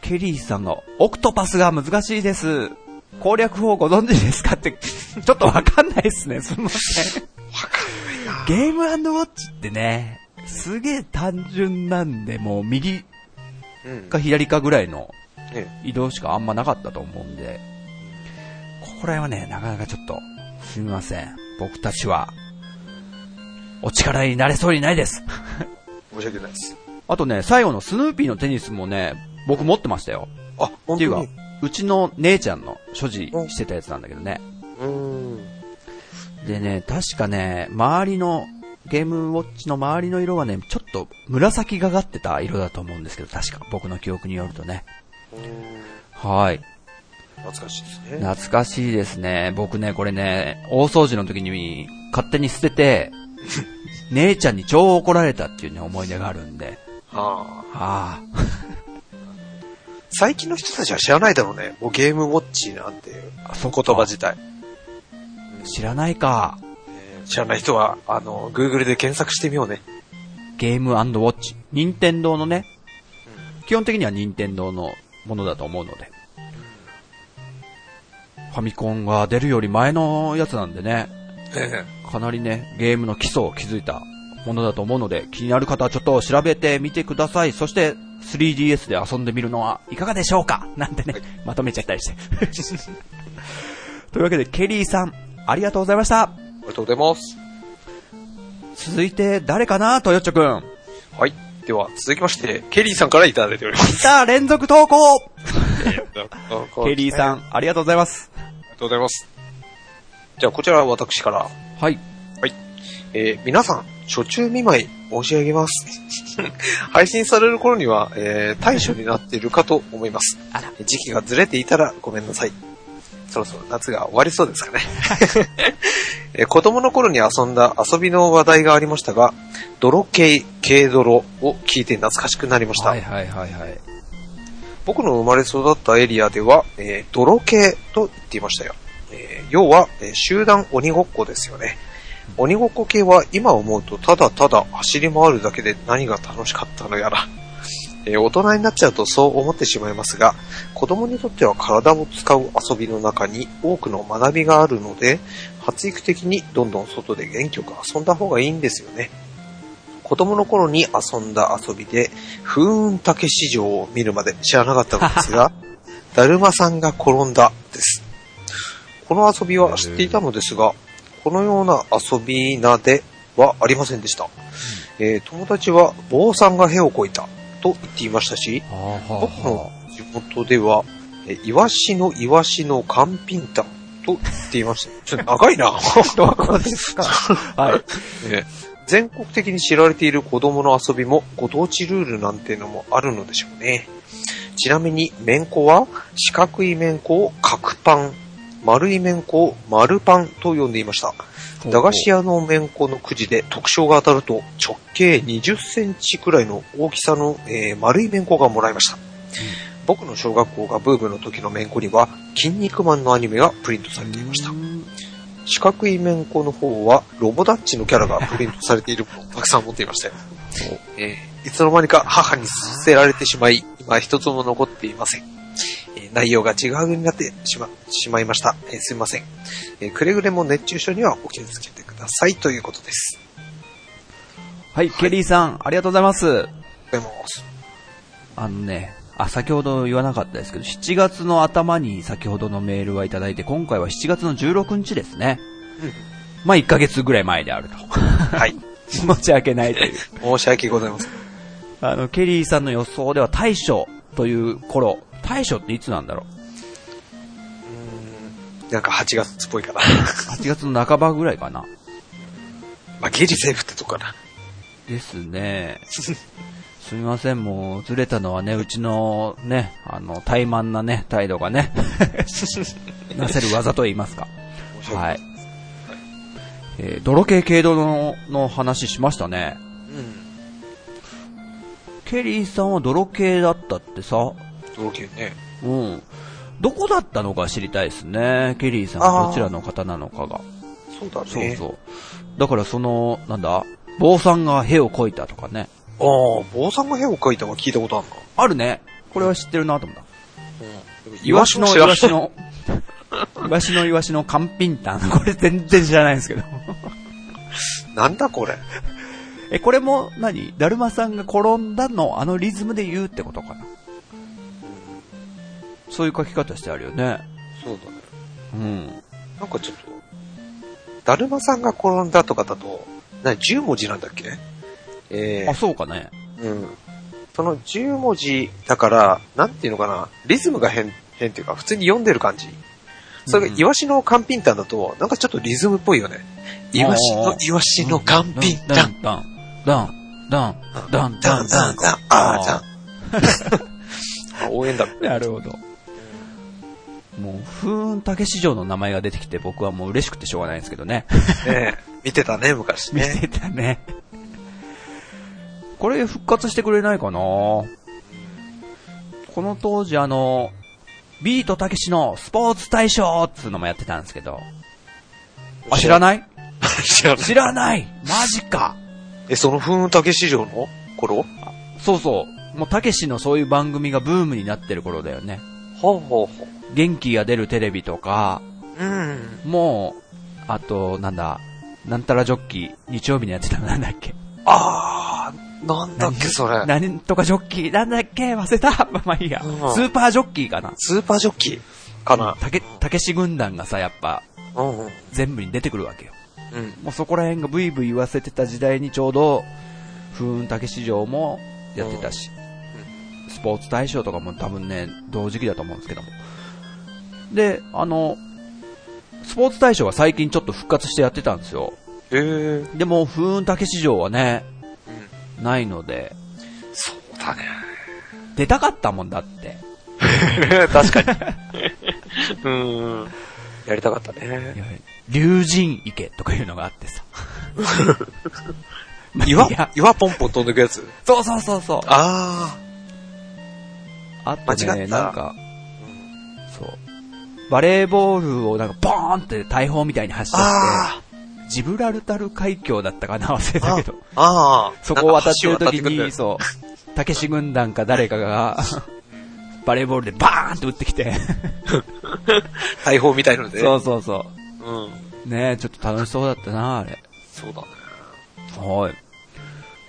A: ケリーさんが、オクトパスが難しいです。攻略法ご存知ですかって、 ちょっとわかんないです ね。すみません。ゲームウォッチってね、すげえ単純なんで、もう右
B: うん
A: か左かぐらいの
B: え
A: 移動しかあんまなかったと思うんで、ここら辺はね、なかなかちょっと、すみません。僕たちは、お力になれそうにないです。
B: 申し訳ないです。
A: あとね、最後のスヌーピーのテニスもね、僕持ってましたよ。
B: あ、
A: っ
B: 本
A: て
B: 当
A: いうか
B: に。、
A: うちの姉ちゃんの所持してたやつなんだけどね。
B: うーん。
A: でね、確かね、周りの、ゲームウォッチの周りの色はね、ちょっと紫がかってた色だと思うんですけど、確か僕の記憶によるとね。
B: うーん
A: はい。
B: 懐かしいですね。
A: 懐かしいですね。僕ね、これね、大掃除の時に勝手に捨てて、姉ちゃんに超怒られたっていうね、思い出があるんで。
B: あ
A: ああ、
B: あ最近の人たちは知らないだろうね。もうゲームウォッチなんていう
A: あそ
B: 言
A: っか
B: 葉自体。
A: 知らないか。
B: えー知らない人は、あの、Google で検索してみようね。
A: ゲームウォッチ。任天堂のね、基本的には任天堂のものだと思うので。ファミコンが出るより前のやつなんでね、
B: え
A: かなりね、ゲームの基礎を築いたものだと思うので、気になる方はちょっと調べてみてください。そして、3DS で遊んでみるのはいかがでし ょうかなんてね、まとめちゃったりして。というわけで、ケリーさん、ありがとうございました。
B: りがとうございます。
A: 続いて、誰かな、トヨッチョくん。
B: はい。では、続きまして、ケリーさんからいただいており ます。
A: さあ、連続投稿ケ
B: ケ
A: リーさ
B: ん。あ
A: ん、ありがとうございます。
B: りがとうございます。じゃあ、こちらは私から。
A: はい。
B: えー皆さん、初中見舞い申し上げます。 配信される頃には、えー、対処になっているかと思います。時期がずれていたらごめんなさい。そろそろ夏が終わりそうですかね。 えー子供の頃に遊んだ遊びの話題がありましたが、泥系、軽泥を聞いて懐かしくなりました。
A: はいはいはい。
B: 僕の生まれ育ったエリアでは、えー泥系と言っていましたよ。えー要は、えー集団鬼ごっこですよね。鬼ごっこ系は今思うとただただ走り回るだけで何が楽しかったのやら。えー大人になっちゃうとそう思ってしまいますが、子供にとっては体を使う遊びの中に多くの学びがあるので、発育的にどんどん外で元気よく遊んだ方がいいんですよね。子供の頃に遊んだ遊びで、風雲竹市場を見るまで知らなかったのですが、だるまさんが転んだです。この遊びは知っていたのですが、このような遊びなではありませんでした。えー友達は坊さんが屁をこいたと言っていましたし、
A: はあは
B: 僕の地元では、えーイワシのイワシのカンピンタンと言っていました。ちょっと長いな。
A: どこです かはい。
B: ね全国的に知られている子供の遊びもご当地ルールなんてのもあるのでしょうね。ちなみに、麺粉は四角い麺粉を角パン、丸い麺粉を丸パンと呼んでいました。駄菓子屋の麺粉のくじで特賞が当たると直径20センチくらいの大きさの、えー丸い麺粉がもらいました。僕の小学校がブームの時の麺粉には、筋肉マンのアニメがプリントされていました
A: う。ん
B: 四角い面子の方はロボダッチのキャラがプリントされているものをたくさん持っていま したよ。えーいつの間にか母に捨てられてしまい、今一つも残っていません。えー内容が違うになってしましまいました。えーすいません、えーくれぐれも熱中症にはお気をつけてくださいということです。
A: はい、ケリーさん、ありがとうございます。
B: ありがとうございます。
A: あのね、あ、先ほど言わなかったですけど、7月の頭に先ほどのメールはいただいて、今回は7月の16日ですね。まあ、1ヶ月ぐらい前であると。
B: はい。
A: 申し訳ないという。
B: 申し訳ございません。
A: あの、ケリーさんの予想では大暑という頃、大暑っていつなんだろう
B: なんか8月っぽい かな。
A: ?8 月の半ばぐらいかな。
B: まあ、ゲリセーフってとこかな。
A: ですね。すみません、もう、ずれたのはね、うちのね、あの、怠慢なね、態度がね、なせる技と言いますか。
B: 申し訳な。
A: はいい。えー泥系系動のの話しましたね。
B: うん。
A: ケリーさんは泥系だったってさ、
B: 同級ね。
A: うん。どこだったのか知りたいですね。ケリーさん
B: あ
A: が
B: ー
A: どちらの方なのかが。
B: そうだね。
A: そうそう。だからその、なんだ、坊さんが屁をこいたとかね。
B: ああ、坊さんが絵を描いたのは聞いたことある
A: あるね。これは知ってるなと思った。
B: な。うん。
A: イワシの、イワシの、イワシのイワシのカンピンタン。これ全然知らないんですけど。
B: なんだこれ。
A: え、これも何、だるまさんが転んだの、あのリズムで言うってことかな。そういう書き方してあるよね。
B: そうだね。
A: うん。
B: なんかちょっと、だるまさんが転んだとかだと、な、10文字なんだっけええ
A: あ、そうかね。
B: うん。その10文字だから、なんていうのかな、リズムが変、変っていうか、普通に読んでる感じ。それ
A: う
B: が、
A: ん
B: イワシのカンピンタンだと、なんかちょっとリズムっぽいよね。イワシの、イワシのカンピンタ
A: ダ
B: ン。
A: ン、ダン、ダン、ダン、ダン、
B: ダン、ダン、ダン、あー、ダン。あ応援だ。
A: なるほど。もう、風雲竹市場の名前が出てきて僕はもう嬉しくてしょうがないんですけどね。
B: ねえ見てたね、昔
A: 見
B: ね。
A: てたね。これ復活してくれないかなこの当時あの、ビートたけしのスポーツ大賞っつうのもやってたんですけど。あ、知ら
B: ない。
A: ない
B: 知らない。
A: 知らないマジか
B: え、その風雲竹市場の頃
A: そうそう。もうたけしのそういう番組がブームになってる頃だよね。
B: ほうほうほう。
A: 元気が出るテレビとか、
B: うん。
A: もう、あと、なんだ、なんたらジョッキー、日曜日にやってたのなんだっけ
B: あー、なんだっけそれ。
A: 何とかジョッキー、なんだっけ忘れた まあまあいいや。ス
B: うん
A: ーパージョッキーかな。
B: スーパージョッキーかな。
A: たけ、たけし軍団がさ、やっぱ、
B: うんうん。
A: 全部に出てくるわけよ。
B: うん。
A: もうそこら辺がブイブイ言わせてた時代にちょうど、風雲竹市場もやってたし、スポーツ大賞とかも多分ね、同時期だと思うんですけども。で、あの、スポーツ大賞は最近ちょっと復活してやってたんですよ。
B: へえ。
A: でも、風雲竹市場はね、ないので、
B: そうだね。
A: 出たかったもんだって。
B: 確かに。 うん。やりたかったね。
A: 竜神池とかいうのがあってさ。
B: 岩
A: いや、
B: 岩ポンポン飛んでくやつ。
A: そうそうそうそう。
B: あ
A: あと
B: 間違
A: ね、
B: った
A: なんか、そう。バレーボールをなんかポーンって大砲みたいに発射し
B: あ
A: て、ジブラルタル海峡だったかな忘れたけど、
B: あ。ああ。
A: そこを渡ってる
B: なんか
A: 時
B: 橋渡ってくんだよ
A: に、そう、たけし軍団か誰かが、バレーボールでバーンって撃ってきて、
B: 大砲みたいので。
A: そうそうそ
B: うん。
A: う。ねえ、ちょっと楽しそうだったな、あれ。
B: そうだね。
A: はい。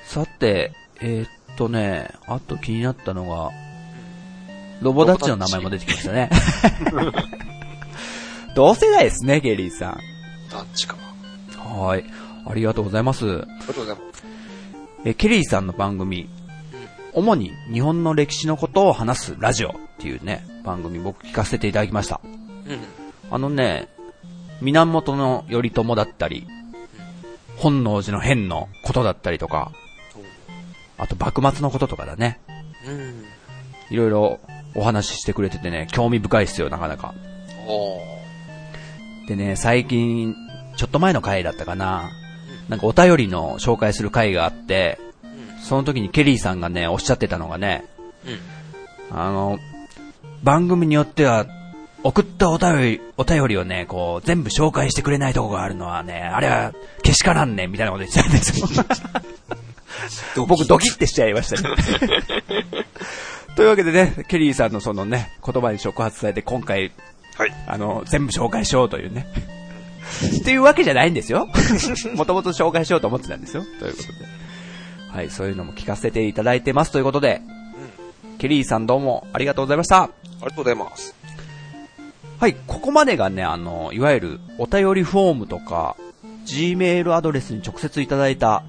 A: さて、えーっとね、あと気になったのが、ロボダッチの名前も出てきました ね。同世代ですね、ゲリーさ
B: どっちかは。
A: ん。はい。ありがとうございます。
B: ありがとうございます。
A: え、ケリーさんの番組、主に日本の歴史のことを話すラジオっていうね、番組僕聞かせていただきました。
B: うん。
A: あのね、源の頼朝だったり、本能寺の変のことだったりとか、あと幕末のこととかだね。
B: うん。
A: いろいろお話ししてくれててね、興味深いっすよ、なかなか。
B: お
A: でね、最近、ちょっと前の回だったかな。なんかお便りの紹介する回があって、その時にケリーさんがね、おっしゃってたのがね、
B: うん
A: あの、番組によっては、送ったお便り、お便りをね、こう、全部紹介してくれないとこがあるのはね、あれは、けしからんねん、みたいなこと言ってたんですよ。
B: ー。
A: 僕ドキッてしちゃいました ね。というわけでね、ケリーさんのそのね、言葉に触発されて今回、
B: はい。
A: あの、全部紹介しようと いうね。っていうわけじゃないんですよ。 もともと紹介しようと思ってたんですよ。ということで。はい、そういうのも聞かせていただいてますということで、ケリーさんどうもありがとうございました。
B: ありがとうございます。
A: はい、ここまでがね、あの、いわゆるお便りフォームとか、Gmail アドレスに直接いただいた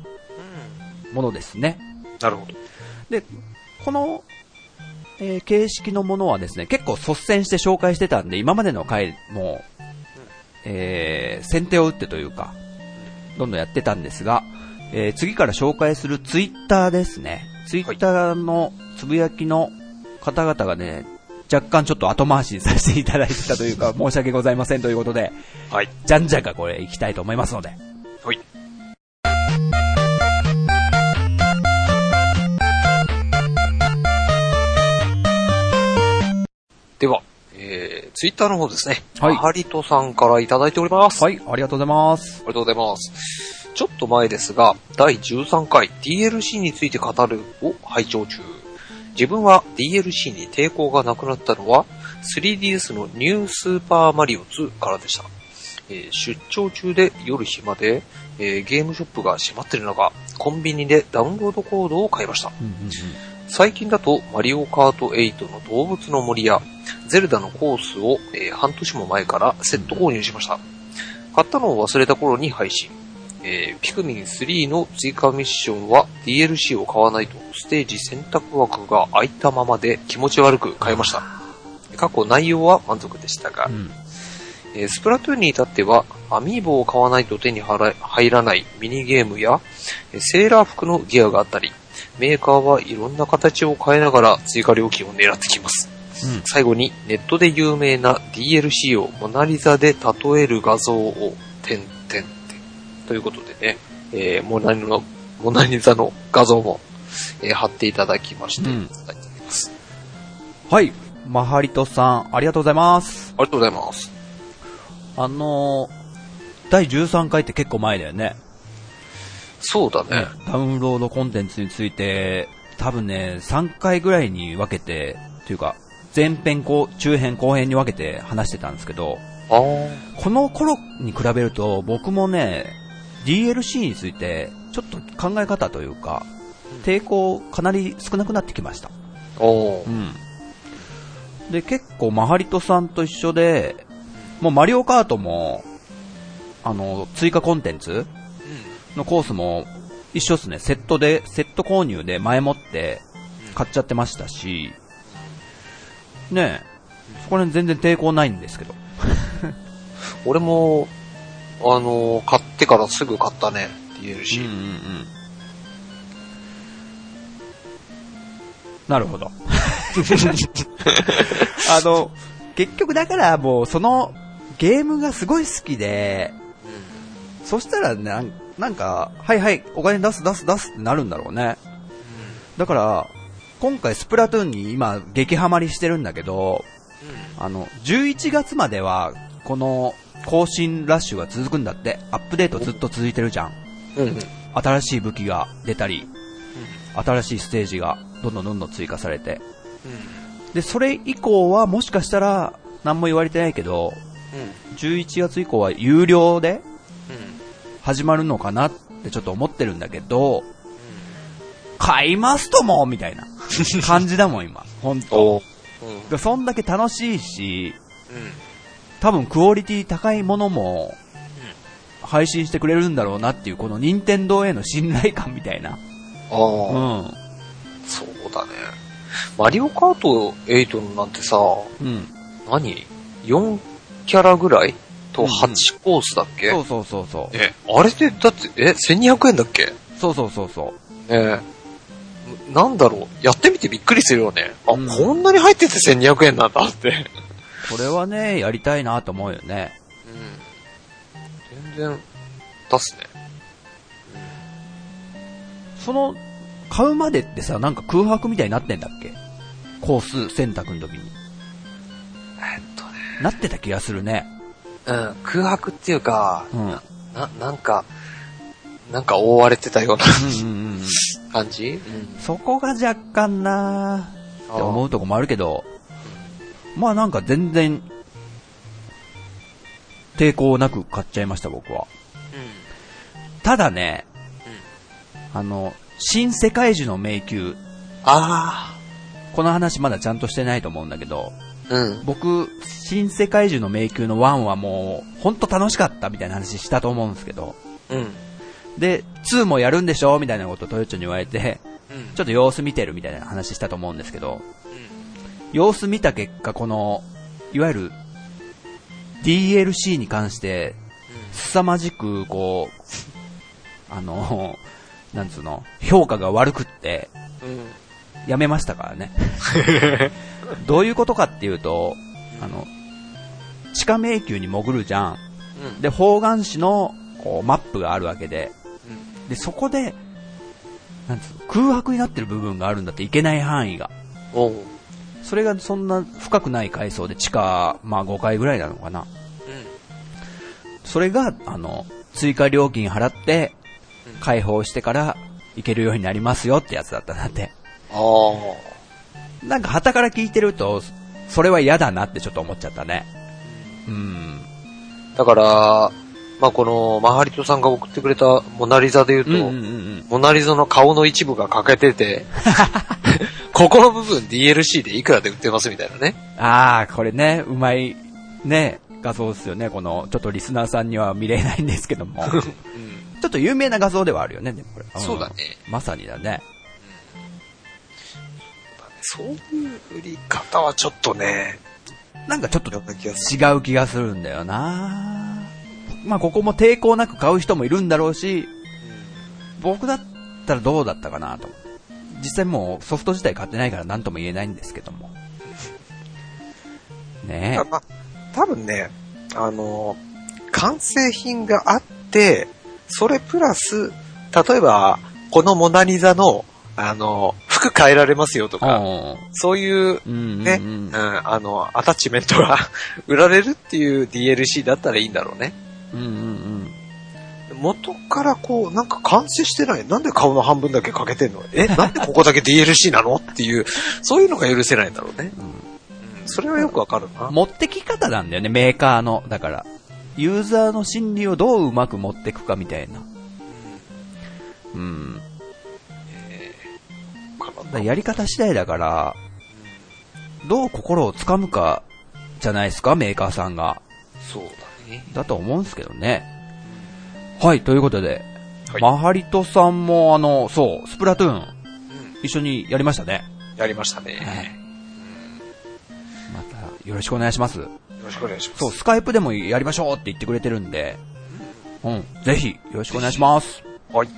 A: ものですね。
B: なるほど。
A: で、この、えー形式のものはですね、結構率先して紹介してたんで、今までの回も、えー先手を打ってというか、どんどんやってたんですが、えー次から紹介するツイッターですね。ツイッターのつぶやきの方々がね、若干ちょっと後回しにさせていただいてたという か、申し訳ございませんということで、
B: はい。
A: じゃんじゃかこれ行きたいと思いますので。
B: はい。では、えー、ツイッターの方ですね。
A: はい
B: ハリトさんからいただいております。
A: はい、ありがとうございます。
B: ありがとうございます。ちょっと前ですが、第13回 DLC について語るを拝聴中。自分は DLC に抵抗がなくなったのは 3DS のニュースーパーマリオ2からでした。えー出張中で夜暇で、えーゲームショップが閉まってる中、コンビニでダウンロードコードを買いました。
A: うんうんうん
B: 最近だと、マリオカート8の動物の森や、ゼルダのコースを、えー半年も前からセット購入しました。買ったのを忘れた頃に配信。えーピクミン3の追加ミッションは DLC を買わないとステージ選択枠が空いたままで気持ち悪く買いました。過去内容は満足でしたが
A: う、ん
B: えースプラトゥーンに至っては、アミーボを買わないと手に入ら入らないミニゲームや、えーセーラー服のギアがあったり、メーカーはいろんな形を変えながら追加料金を狙ってきます。
A: うん
B: 最後に、ネットで有名な DLC をモナリザで例える画像を、点々点。ということでね、えーモナリの、モナリザの画像も、えー貼っていただきまして、
A: うん
B: いただいております
A: はい、マハリトさん、ありがとうございます。
B: ありがとうございます。
A: あのー、第13回って結構前だよね。
B: そうだね。
A: ダウンロードコンテンツについて、多分ね、3回ぐらいに分けて、というか、前編後、中編後編に分けて話してたんですけど、
B: あー
A: この頃に比べると僕もね、DLC について、ちょっと考え方というか、抵抗かなり少なくなってきました。
B: おー
A: で、結構マハリトさんと一緒で、もうマリオカートも、あの、追加コンテンツ
B: う
A: のコースも一緒っすね。セットで、セット購入で前もって
B: うん
A: 買っちゃってましたし、ねえ、そこら辺全然抵抗ないんですけど。
B: 俺も、あのー買ってからすぐ買ったねって言えるし。
A: うんうんうん。なるほ ど。あの、結局だからもうそのゲームがすごい好きで、そしたらなんなんか、はいはい、お金出す出す出すってなるんだろうね。だから、今回スプラトゥーンに今激ハマりしてるんだけど、あの、11月まではこの更新ラッシュが続くんだって、アップデートずっと続いてるじゃん。
B: うん。うん。
A: 新しい武器が出たり、新しいステージがどんどんどんどん追加されて。で、それ以降はもしかしたら何も言われてないけど、
B: うん。
A: 11月以降は有料で
B: うん。
A: 始まるのかなってちょっと思ってるんだけど、買いますともみたいな感じだもん今。ほんと。
B: おうん。
A: でそんだけ楽しいし、
B: うん。
A: 多分クオリティ高いものも配信してくれるんだろうなっていうこの任天堂への信頼感みたいな。う
B: ああ、
A: ん。
B: そうだね。マリオカート8のなんてさ、
A: うん。
B: 何 ?4 キャラぐらいと
A: うん
B: 8コースだっけ、
A: そうそうそうそう。
B: え、あれで、だって、え、1200円だっけ
A: そうそうそうそう。
B: ええなんだろうやってみてびっくりするよね。あ、
A: うん
B: こんなに入ってて1200円なんだって。
A: これはね、やりたいなと思うよね。
B: 全然、出すね。
A: その、買うまでってさ、なんか空白みたいになってんだっけコース選択の時に。
B: えっとね。
A: なってた気がするね。
B: うん、空白っていうか、
A: うん。うん
B: な、なんか、なんか覆われてたような
A: うんうんうん。
B: 感じうん。
A: そこが若干なーって思
B: う。
A: うとこもあるけど、まあなんか全然、抵抗なく買っちゃいました僕は。
B: う
A: ただね、あの、新世界樹の迷宮、
B: ん。あ
A: この話まだちゃんとしてないと思うんだけど、
B: あ。うん。
A: 僕、新世界中の迷宮の1はもう、ほんと楽しかったみたいな話したと思うんですけど、
B: うん。
A: で、2もやるんでしょみたいなことをトヨッチョに言われて、
B: うん。
A: ちょっと様子見てるみたいな話したと思うんですけど、
B: うん
A: 様子見た結果、この、いわゆる、DLC に関して、凄まじく、こう、あの、なんつうの、評価が悪くって、
B: うん。うん。
A: やめましたからね。 どういうことかっていうと、あの、地下迷宮に潜るじゃん。
B: うん。
A: で、方眼紙のこうマップがあるわけで、
B: うん
A: で、そこで、なんつうの、空白になってる部分があるんだっていけない範囲が。
B: おう。うん。
A: それがそんな深くない階層で地下、まあ5階ぐらいなのかな。それが、あの、追加料金払って
B: うん、
A: 解放してから行けるようになりますよってやつだったんだって。
B: ああ。
A: なんか旗から聞いてると、それは嫌だなってちょっと思っちゃったね。うん。
B: だから、まあ、この、マハリトさんが送ってくれたモナリザで言うと、
A: うんうんうんうん。
B: モナリザの顔の一部が欠けて て、ここの部分 DLC でいくらで売ってますみたいなね。
A: ああ、これね、うまい、ね、画像ですよね。この、ちょっとリスナーさんには見れないんですけど も。ち
B: うん。
A: ょっと有名な画像ではあるよね、でもこれ。ん
B: そうだね。
A: まさにだね。
B: そういう売り方はちょっとね、
A: なんかちょっと
B: やった気がする。
A: 違う気がするんだよなまあ、ここも抵抗なく買う人もいるんだろうし、僕だったらどうだったかなと。実際もうソフト自体買ってないから何とも言えないんですけども。ね
B: まあ、多分ね、あの、完成品があって、それプラス、例えば、このモナリザの、あの、服変えられますよと
A: え。
B: か、そういう
A: うん。うんうんうん。
B: ね、うん、あの、アタッチメントが 売られるっていう DLC だったらいいんだろうね。
A: うんうんうん。
B: 元からこう、なんか完成してない。なんで顔の半分だけ欠けてんのえ、なんでここだけ DLC なのっていう、そういうのが許せないんだろうね。うんそれはよくわかるな。
A: 持ってき方なんだよね、メーカーの。だから、ユーザーの心理をどううまく持ってくかみたいな。うん。だからやり方次第だから、どう心をつかむか、じゃないですか、メーカーさんが。
B: そうだね。
A: だと思うんですけどね。はい、ということで、
B: はい
A: マハリトさんも、あの、そう、スプラトゥーン、一緒にやりましたね。
B: やりましたね。
A: はい。また、よろしくお願いします。
B: よろしくお願いします。
A: そう、スカイプでもやりましょうって言ってくれてるんで、うん、ぜひ、よろしくお願いします。
B: はい。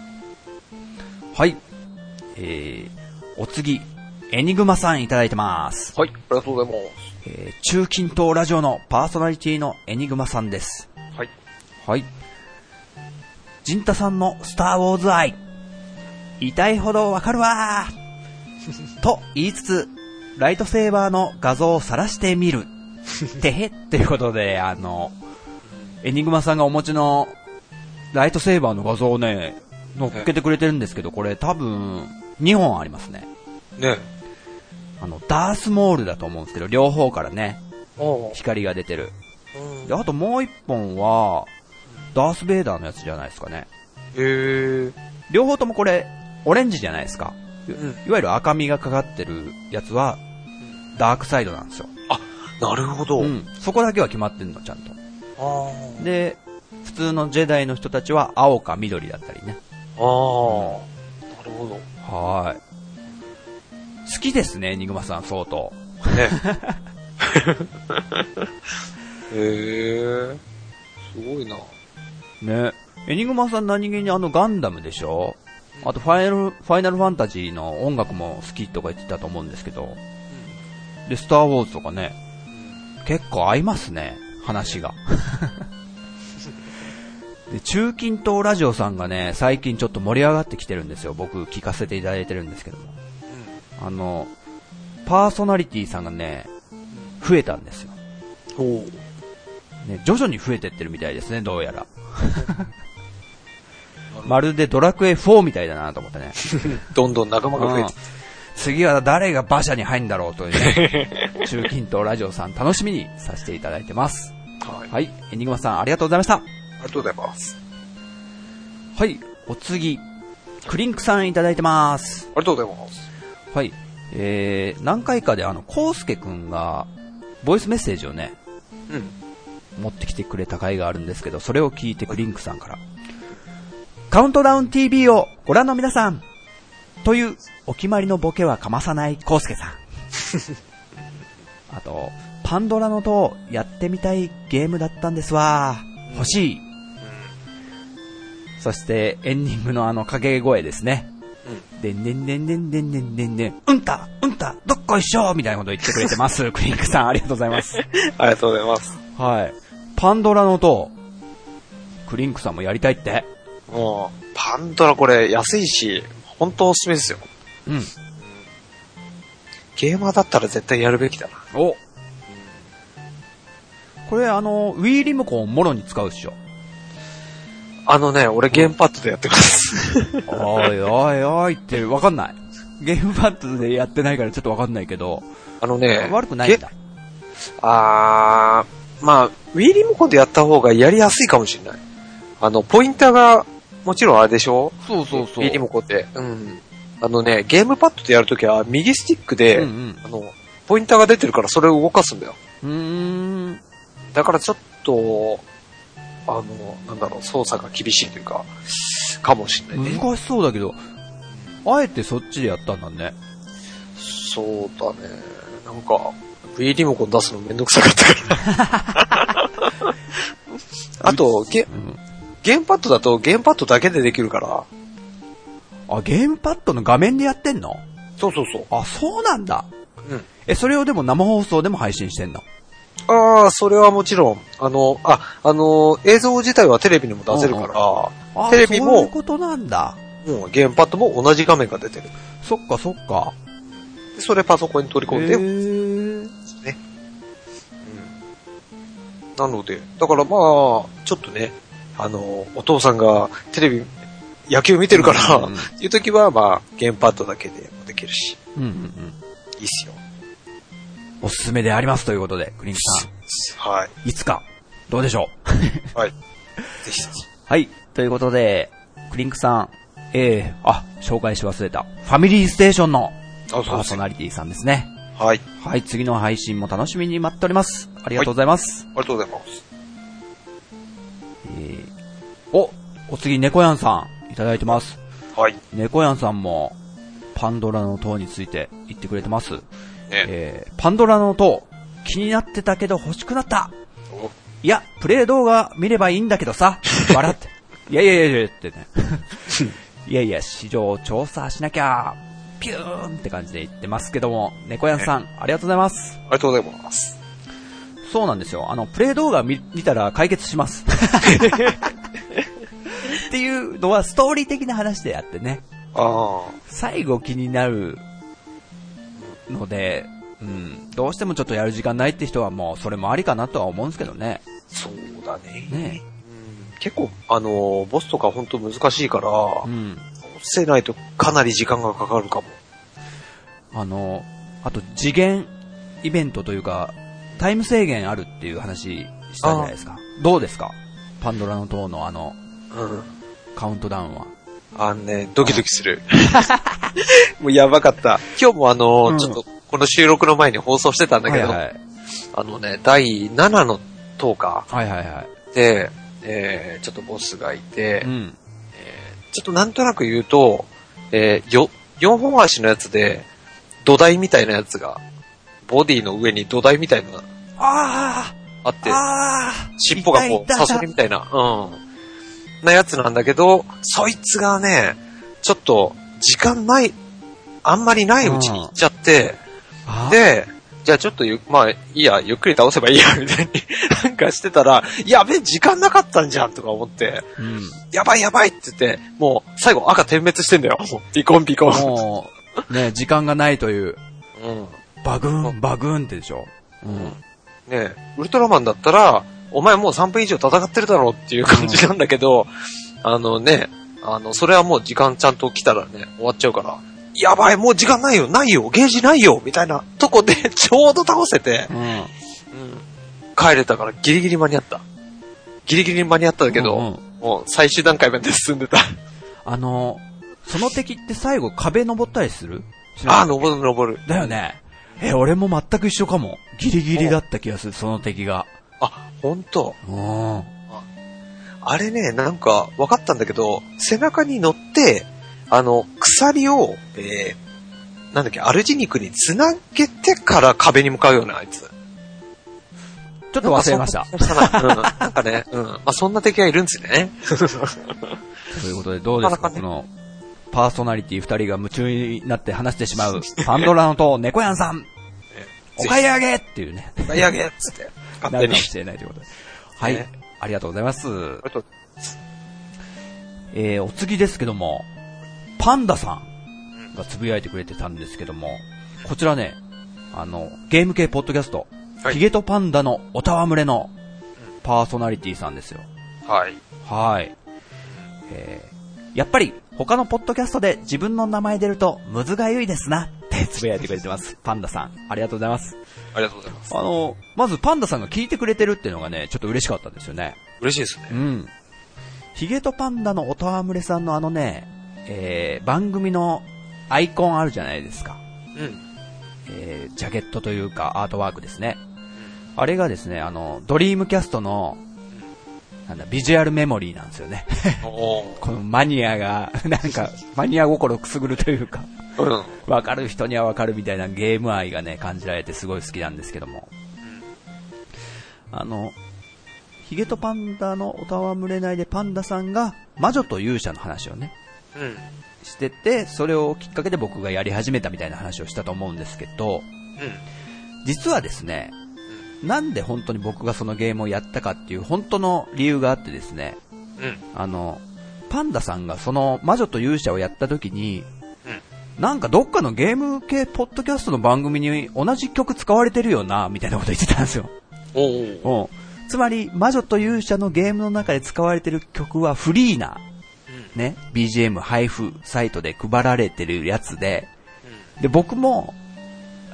A: はい。えー、お次、エニグマさんいただいてます。
B: はい。ありがとうございます。
A: えー、中近東ラジオのパーソナリティのエニグマさんです。
B: はい。
A: はい。ジンタさんのスターウォーズ愛。痛いほどわかる わー。と言いつつ、ライトセーバーの画像を晒してみる。てへっていうことで、あの、エニグマさんがお持ちのライトセーバーの画像をね、乗っけてくれてるんですけど、これ多分2本ありますね。
B: ね
A: あの、ダースモールだと思うんですけど、両方からね、
B: おう
A: 光が出てる。
B: うん。
A: で、あともう1本は、ダース・ベイダーのやつじゃないですかね。
B: へー。
A: 両方ともこれ、オレンジじゃないですか。い
B: うん
A: いわゆる赤みがかかってるやつは、ダークサイドなんですよ。
B: あ、なるほど。
A: うん。そこだけは決まってんの、ちゃんと。
B: あー
A: で、普通のジェダイの人たちは青か緑だったりね。
B: あー。なるほど。
A: はーい。好きですね、エニグマさん、相当。
B: ね。へー。すごいな。
A: ね。エニグマさん何気にあのガンダムでしょあとファイナル、ファイナルファンタジーの音楽も好きとか言ってたと思うんですけど。で、スターウォーズとかね、結構合いますね、話が。で中近東ラジオさんがね、最近ちょっと盛り上がってきてるんですよ。僕聞かせていただいてるんですけども。あの、パーソナリティさんがね、増えたんですよ。
B: おう。
A: ね、徐々に増えてってるみたいですね、どうやら。まるでドラクエ4みたいだなと思ってね。
B: どんどん仲間が増え
A: うん
B: て、
A: 次は誰が馬車に入るんだろうというね、中近東ラジオさん楽しみにさせていただいてます。
B: はい。あ
A: はい、エニグマさんありがとうございました。
B: りがとうございます。
A: はい、お次、クリンクさんいただいてます。
B: ありがとうございます。
A: はい、えー、何回かであの、コウスケくんが、ボイスメッセージをね、
B: うん。
A: 持ってきてくれた回があるんですけど、それを聞いてクリンクさんから、カウントダウン TV をご覧の皆さんというお決まりのボケはかまさないコウスケさん。あと、パンドラの塔やってみたいゲームだったんですわ。欲しい。そして、エンディングのあの掛け声ですね。でんでんでんでんでんでんでんでん、うんた、うんた、どっこいしょみたいなこと言ってくれてます。クリンクさん、ありがとうございます。
B: ありがとうございます。
A: はい。パンドラの塔。クリンクさんもやりたいって。
B: もう、パンドラこれ安いし、本当おすすめですよ。
A: うん。
B: ゲーマーだったら絶対やるべきだな。
A: おこれあの、Wii リモコンをもろに使うっしょ。
B: あのね、俺ゲームパッドでやってます。
A: おいおいおいってわかんない。ゲームパッドでやってないからちょっとわかんないけど、
B: あのね、
A: 悪くないんだ。
B: げあー、まあ、Wii リモコンでやった方がやりやすいかもしれない。あの、ポインターが、もちろんあれでしょ
A: そうそうそう。
B: Wii リモコンって。うん。あのね、ゲームパッドでやるときは、右スティックで、
A: うん
B: あの、ポインターが出てるからそれを動かすんだよ。
A: うん。うーん。
B: だからちょっと、あの、なんだろう、操作が厳しいというか、かもしれないね。
A: 難しそうだけど、あえてそっちでやったんだね。
B: そうだね。なんか、V リモコン出すのめんどくさかったから。 あと、ゲ、
A: うん。
B: ゲームパッドだとゲームパッドだけでできるから。
A: あ、ゲームパッドの画面でやってんの
B: そうそうそう。
A: あ、そうなんだ。
B: うん。
A: え、それをでも生放送でも配信してんの
B: ああ、それはもちろん、あの、あ、あの、映像自体はテレビにも出せるから、
A: あ
B: テレビ
A: そうい
B: も
A: う、ことなんだ。
B: うんゲームパッドも同じ画面が出てる。
A: そっかそっか。
B: でそれパソコンに取り込ん
A: へ
B: で、
A: ー
B: ね。うん。なので、だからまあ、ちょっとね、あの、お父さんがテレビ、野球見てるから、
A: うんうん
B: いう時はまあ、ゲームパッドだけでもできるし、
A: うんうんうん。
B: いいっすよ。
A: おすすめでありますということで、クリンクさ
B: はい。
A: ん、いつか、どうでしょう。
B: はい。ぜひぜひ。
A: はい、ということで、クリンクさん、えー、あ、紹介し忘れた。ファミリーステーションのパ
B: あそうで
A: ー
B: すね
A: ソナリティさんですね。
B: はい。
A: はい、次の配信も楽しみに待っております。ありがとうございます。
B: ありがとうございます。
A: えー、お、お次、猫やんさん、いただいてます。
B: はい。ね
A: 猫やんさんも、パンドラの塔について言ってくれてます。えー、パンドラの塔、気になってたけど欲しくなった。
B: お
A: いや、プレイ動画見ればいいんだけどさ、笑って。いやいやいやいやってね。いや いや、市場を調査しなきゃ、ピューンって感じで言ってますけども、猫やんさん、ありがとうございます。
B: ありがとうございます。
A: そうなんですよ。あの、プレイ動画見見たら解決します。っていうのはストーリー的な話であってね。
B: あ
A: 最後気になるので、うん、どうしてもちょっとやる時間ないって人はもうそれもありかなとは思うんですけどね。
B: あ、そうだね。
A: ね
B: うん結構、あの、ボスとか本当難しいから、
A: うん。
B: 落とせないとかなり時間がかかるかも。
A: あの、あと次元イベントというか、タイム制限あるっていう話したじゃないですか。どうですかパンドラの塔のあの、
B: うん。
A: カウントダウンは。
B: あのね、ドキドキする。もうやばかった。今日もあの、
A: うん
B: ちょっと、この収録の前に放送してたんだけど、
A: はいはい。
B: あのね、第7の10日
A: はいはいはい。
B: で、えー、ちょっとボスがいて、
A: うん。
B: ちょっとなんとなく言うと、えー、よ、4本足のやつで、土台みたいなやつが、ボディの上に土台みたいなのが
A: あ
B: あって
A: あ、ああ
B: 尻尾がこ、
A: いうたいた
B: サソリみたいな、うん。なやつなんだけど、そいつがね、ちょっと、時間ない、あんまりないうちに行っちゃって、
A: あ
B: で、じゃあちょっとゆ、まあ、いいや、ゆっくり倒せばいいや、 みたいに、なんかしてたら、やべえ、時間なかったんじゃん、とか思って、
A: うん。
B: やばいやばいって言って、もう、最後赤点滅してんだよ。 もうピコンピコン。
A: もう、ね、時間がないという、
B: うん。
A: バグーン、バグーンってでしょ。うん。
B: ねえウルトラマンだったら、お前もう3分以上戦ってるだろうっていう感じなんだけど、あのね、あの、それはもう時間ちゃんと来たらね、終わっちゃうから、やばい、もう時間ないよ、ないよ、ゲージないよ、みたいなとこで ちょうど倒せて、
A: うん。
B: 帰れたからギリギリ間に合った。ギリギリ間に合ったけど、
A: うんうん
B: もう最終段階まで進んでた。
A: あの、その敵って最後壁登ったりするしない
B: ああ、登る登る。
A: だよね。え、俺も全く一緒かも。ギリギリだった気がする、その敵が。
B: あ、ほんと。
A: うん。うん。
B: あれね、なんか分かったんだけど、背中に乗って、あの、鎖を、えー、なんだっけ、アルジニクにつなげてから壁に向かうような、あいつ。
A: ちょっと忘れました。
B: うんなんかね、うん。まあ、そんな敵がいるんですね。
A: ということで、どうですか、
B: なか
A: こ
B: な
A: の、パーソナリティ二人が夢中になって話してしまう、パンドラの塔、猫やんさん、お買い上げっていうね、
B: やげっつって。勝
A: な
B: 手
A: るか
B: に
A: も。しれないということで。はい、
B: ね
A: ありがとうございます。
B: あと、
A: えー、お次ですけども、パンダさんがつぶやいてくれてたんですけども、こちらね、あの、ゲーム系ポッドキャスト、
B: はい
A: ヒゲとパンダのおたわむれのパーソナリティさんですよ。
B: はい。
A: はい。えー、やっぱり他のポッドキャストで自分の名前出るとむずがゆいですなってつぶやいてくれて ます。パンダさん、ありがとうございます。
B: ありがとうございます。
A: あの、まずパンダさんが聞いてくれてるっていうのがね、ちょっと嬉しかったんですよね。
B: 嬉しいですね。
A: うん。ヒゲとパンダのおたわむれさんのあのね、えー、番組のアイコンあるじゃないですか。
B: うん。
A: えー、ジャケットというかアートワークですね。あれがですね、あの、ドリームキャストの、なんだ、ビジュアルメモリーなんですよね。
B: お
A: このマニアが、なんか、マニア心くすぐるというか、
B: ーうん。
A: わかる人にはわかるみたいなゲーム愛がね、感じられてすごい好きなんですけども。あの、ヒゲとパンダのおたわむれないでパンダさんが、魔女と勇者の話をね、
B: うん。
A: してて、それをきっかけで僕がやり始めたみたいな話をしたと思うんですけど、実はですね、なんで本当に僕がそのゲームをやったかっていう本当の理由があってですね、
B: うん。うん。
A: あの、パンダさんがその魔女と勇者をやった時に、
B: う
A: なんかどっかのゲーム系ポッドキャストの番組に同じ曲使われてるよな、みたいなこと言ってたんですよ。
B: おー
A: うん。つまり、魔女と勇者のゲームの中で使われてる曲はフリーな、ね、BGM 配布サイトで配られてるやつで、で、僕も、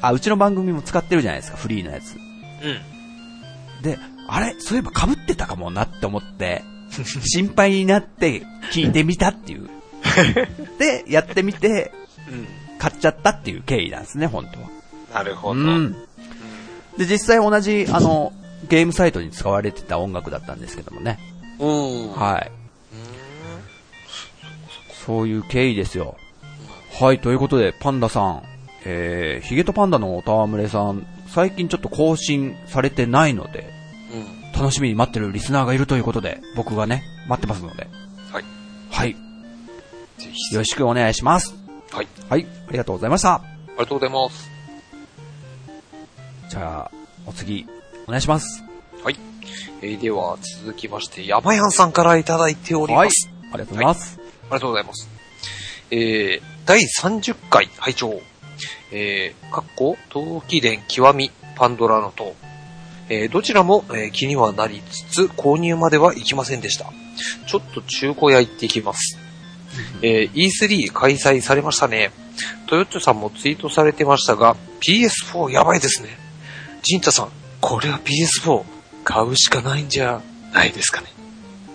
A: あ、うちの番組も使ってるじゃないですか、フリーのやつ。
B: うん。うん。
A: で、あれそういえば被ってたかもなって思って、 心配になって聞いてみたっていう。で、やってみて、
B: うん。
A: 買っちゃったっていう経緯なんですね、本当は。
B: なるほ
A: う
B: ど。
A: ん。で、実際同じ、あの、ゲームサイトに使われてた音楽だったんですけどもね。
B: うん。
A: はい。そういう経緯ですよ。はい、ということで、パンダさん、えー、ヒゲとパンダのおたわむれさん、最近ちょっと更新されてないので、
B: うん。
A: 楽しみに待ってるリスナーがいるということで、僕がね、待ってますので、
B: はい。
A: はい、
B: ぜ
A: よろしくお願いします。
B: ひ。はい。
A: はい、ありがとうございました。
B: ありがとうございます。
A: じゃあ、お次、お願いします。
B: はい。えーでは、続きまして、ヤバヤンさんからいただいております。
A: ありがとうございます。
B: ありがとうございます。えー、第30回拝聴えー、かっこ、陶器伝極み、パンドラの塔。えー、どちらも、えー気にはなりつつ、購入まではいきませんでした。ちょっと中古屋行ってきます。えー、E3 開催されましたね。トヨッチョさんもツイートされてましたが、PS4 やばいですね。ジンタさん、これは PS4 買うしかないんじゃないですかね。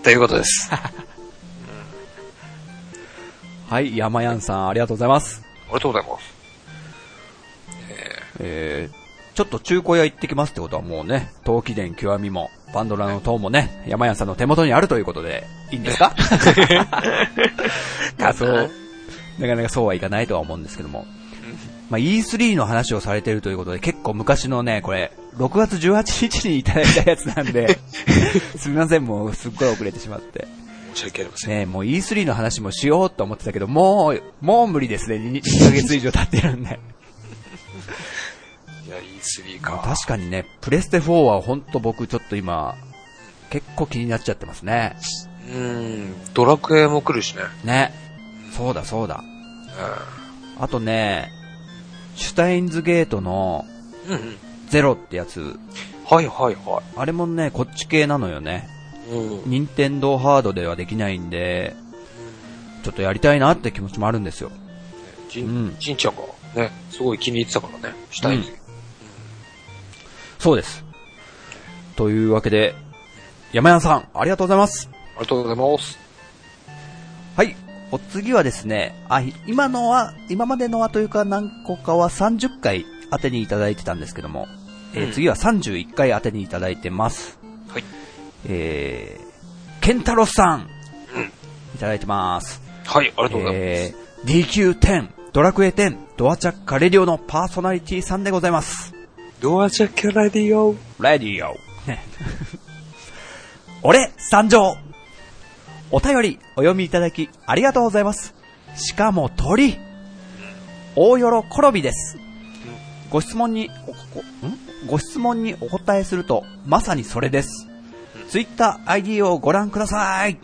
B: ということ です。
A: はい、山やんさん、ありがとうございます。
B: ありがとうございます。
A: えー、ちょっと中古屋行ってきますってことはもうね、陶器伝極みも、パンドラの塔もね、山屋さんの手元にあるということで、いいんですか あそう。なかなかそうはいかないとは思うんですけども。まあ、E3 の話をされてるということで、結構昔のね、これ、6月18日にいただいたやつなんで、 すみません、もうすっごい遅れてしまって。
B: 申し訳ありません。
A: ねえ、もう E3 の話もしようと思ってたけど、もう、もう無理ですね。2, 2ヶ月以上経ってるんで。
B: いや、E3
A: まあ
B: か。
A: 確かにね、プレステ4は本当僕ちょっと今、結構気になっちゃってますね。
B: うーん、ドラクエも来るしね。
A: ね。そうだそうだ。
B: う
A: あとね、シュタインズゲートの
B: ん。うんうん。
A: ゼロってやつ、
B: はいはいは
A: あれもね、こっち系なのよね。
B: い。うん。
A: 任天堂ハードではできないんで、ちょっとやりたいなって気持ちもあるんですよ。
B: じ
A: うん
B: ん、じんちゃんがね、すごい気に入ってたからね、したい。
A: そうです。というわけで、山屋さん、ありがとうございます。
B: ありがとうございます。
A: はい。お次はですね、あ、い今のは、今までのはというか何個かは30回当てにいただいてたんですけども、えー
B: うん
A: 次は31回当てにいただいてます。
B: はい。
A: えー、ケンタロスさん、
B: うん
A: いただいてます。
B: はい、ありがとうございます。
A: えー、DQ10、ドラクエ10、ドアチャッカレディオのパーソナリティさんでございます。
B: ドアジャキャラディオ。
A: レディオ。 俺、参上お便り、お読みいただき、ありがとうございます。しかも鳥、大喜びです。ご質問に、おこんご質問にお答えすると、まさにそれです。ツイッター ID をご覧ください。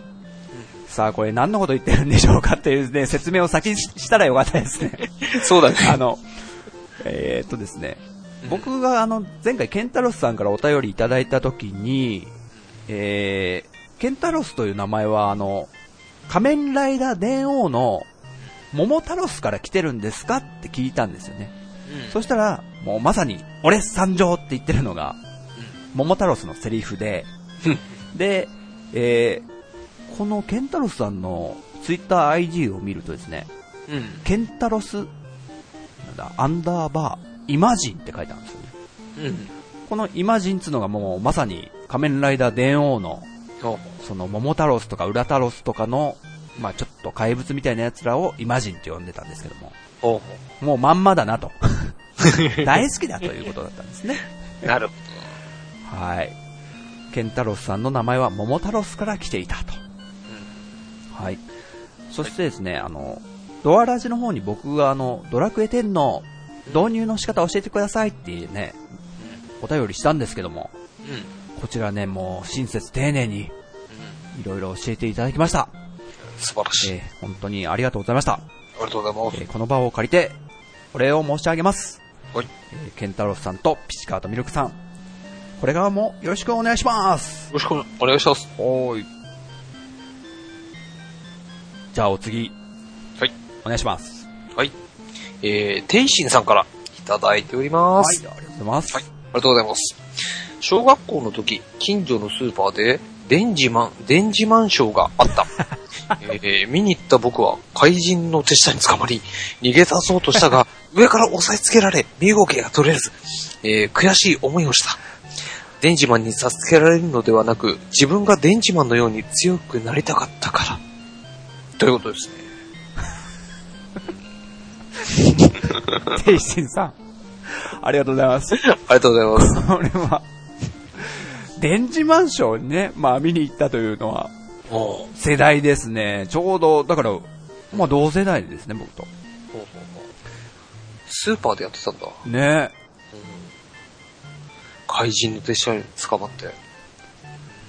A: さあ、これ何のこと言ってるんでしょうかっていうね、説明を先にししたらよかったですね。
B: そうだ
A: あ
B: ね。
A: の、えー、っとですね、僕があの、前回ケンタロスさんからお便りいただいたときに、えー、ケンタロスという名前はあの、仮面ライダー電王の桃太郎スから来てるんですかって聞いたんですよね。そしたら、もうまさに、俺参上って言ってるのが、桃太郎のセリフで、で、えー、このケンタロスさんのツイッター ID を見るとですね、
B: うん。うん。
A: ケンタロス、なんだ、アンダーバー、イマジンって書いてあるんですよね。
B: うん。
A: このイマジンっつうのがもうまさに仮面ライダー電王の、
B: お
A: その桃太郎とか浦太郎とかの、まあちょっと怪物みたいな奴らをイマジンって呼んでたんですけども、
B: お
A: もうまんまだなと。大好きだということだったんですね。
B: なるほ
A: はい。ケンタロスさんの名前は桃太郎から来ていたと。はい。そしてですね、あの、ドアラジの方に僕があの、ドラクエ10の導入の仕方を教えてくださいっていうね、お便りしたんですけども、
B: ど。うん。うん。
A: こちらね、もう親切丁寧にいろいろ教えていただきました。
B: 素晴らしい。
A: えー本当にありがとうございました。
B: ありがとうござい
A: え
B: ま
A: ーこの場を借りて、お礼を申し上げます。
B: す。はい。よ
A: えーケンタロスさんとピチカートミルクさん、これからもよろしくお願いします。
B: ろしくお願いします。
A: おーい。じゃあお次、
B: はい。
A: お願いします。
B: はい。えー、天心さんからいただいております。
A: はい、ありがとうございます。
B: はい、ありがとうございます。小学校の時、近所のスーパーで、デンジマン、デンジマンショーがあった。えー見に行った僕は怪人の手下に捕まり、逃げ出そうとしたが、上から押さえつけられ、身動きが取れず、えー悔しい思いをした。デンジマンに助けられるのではなく、自分がデンジマンのように強くなりたかったから。ということですね。
A: 天心さん。ありがとうございます。
B: ありがとうございます。
A: これは、電磁マンションにね、まあ見に行ったというのは、
B: ほう
A: 世代ですね。ちょうど、だから、まあ同世代ですね、僕と。
B: ほうほうほうスーパーでやってたんだ。
A: ね
B: 怪人の手下に捕まって。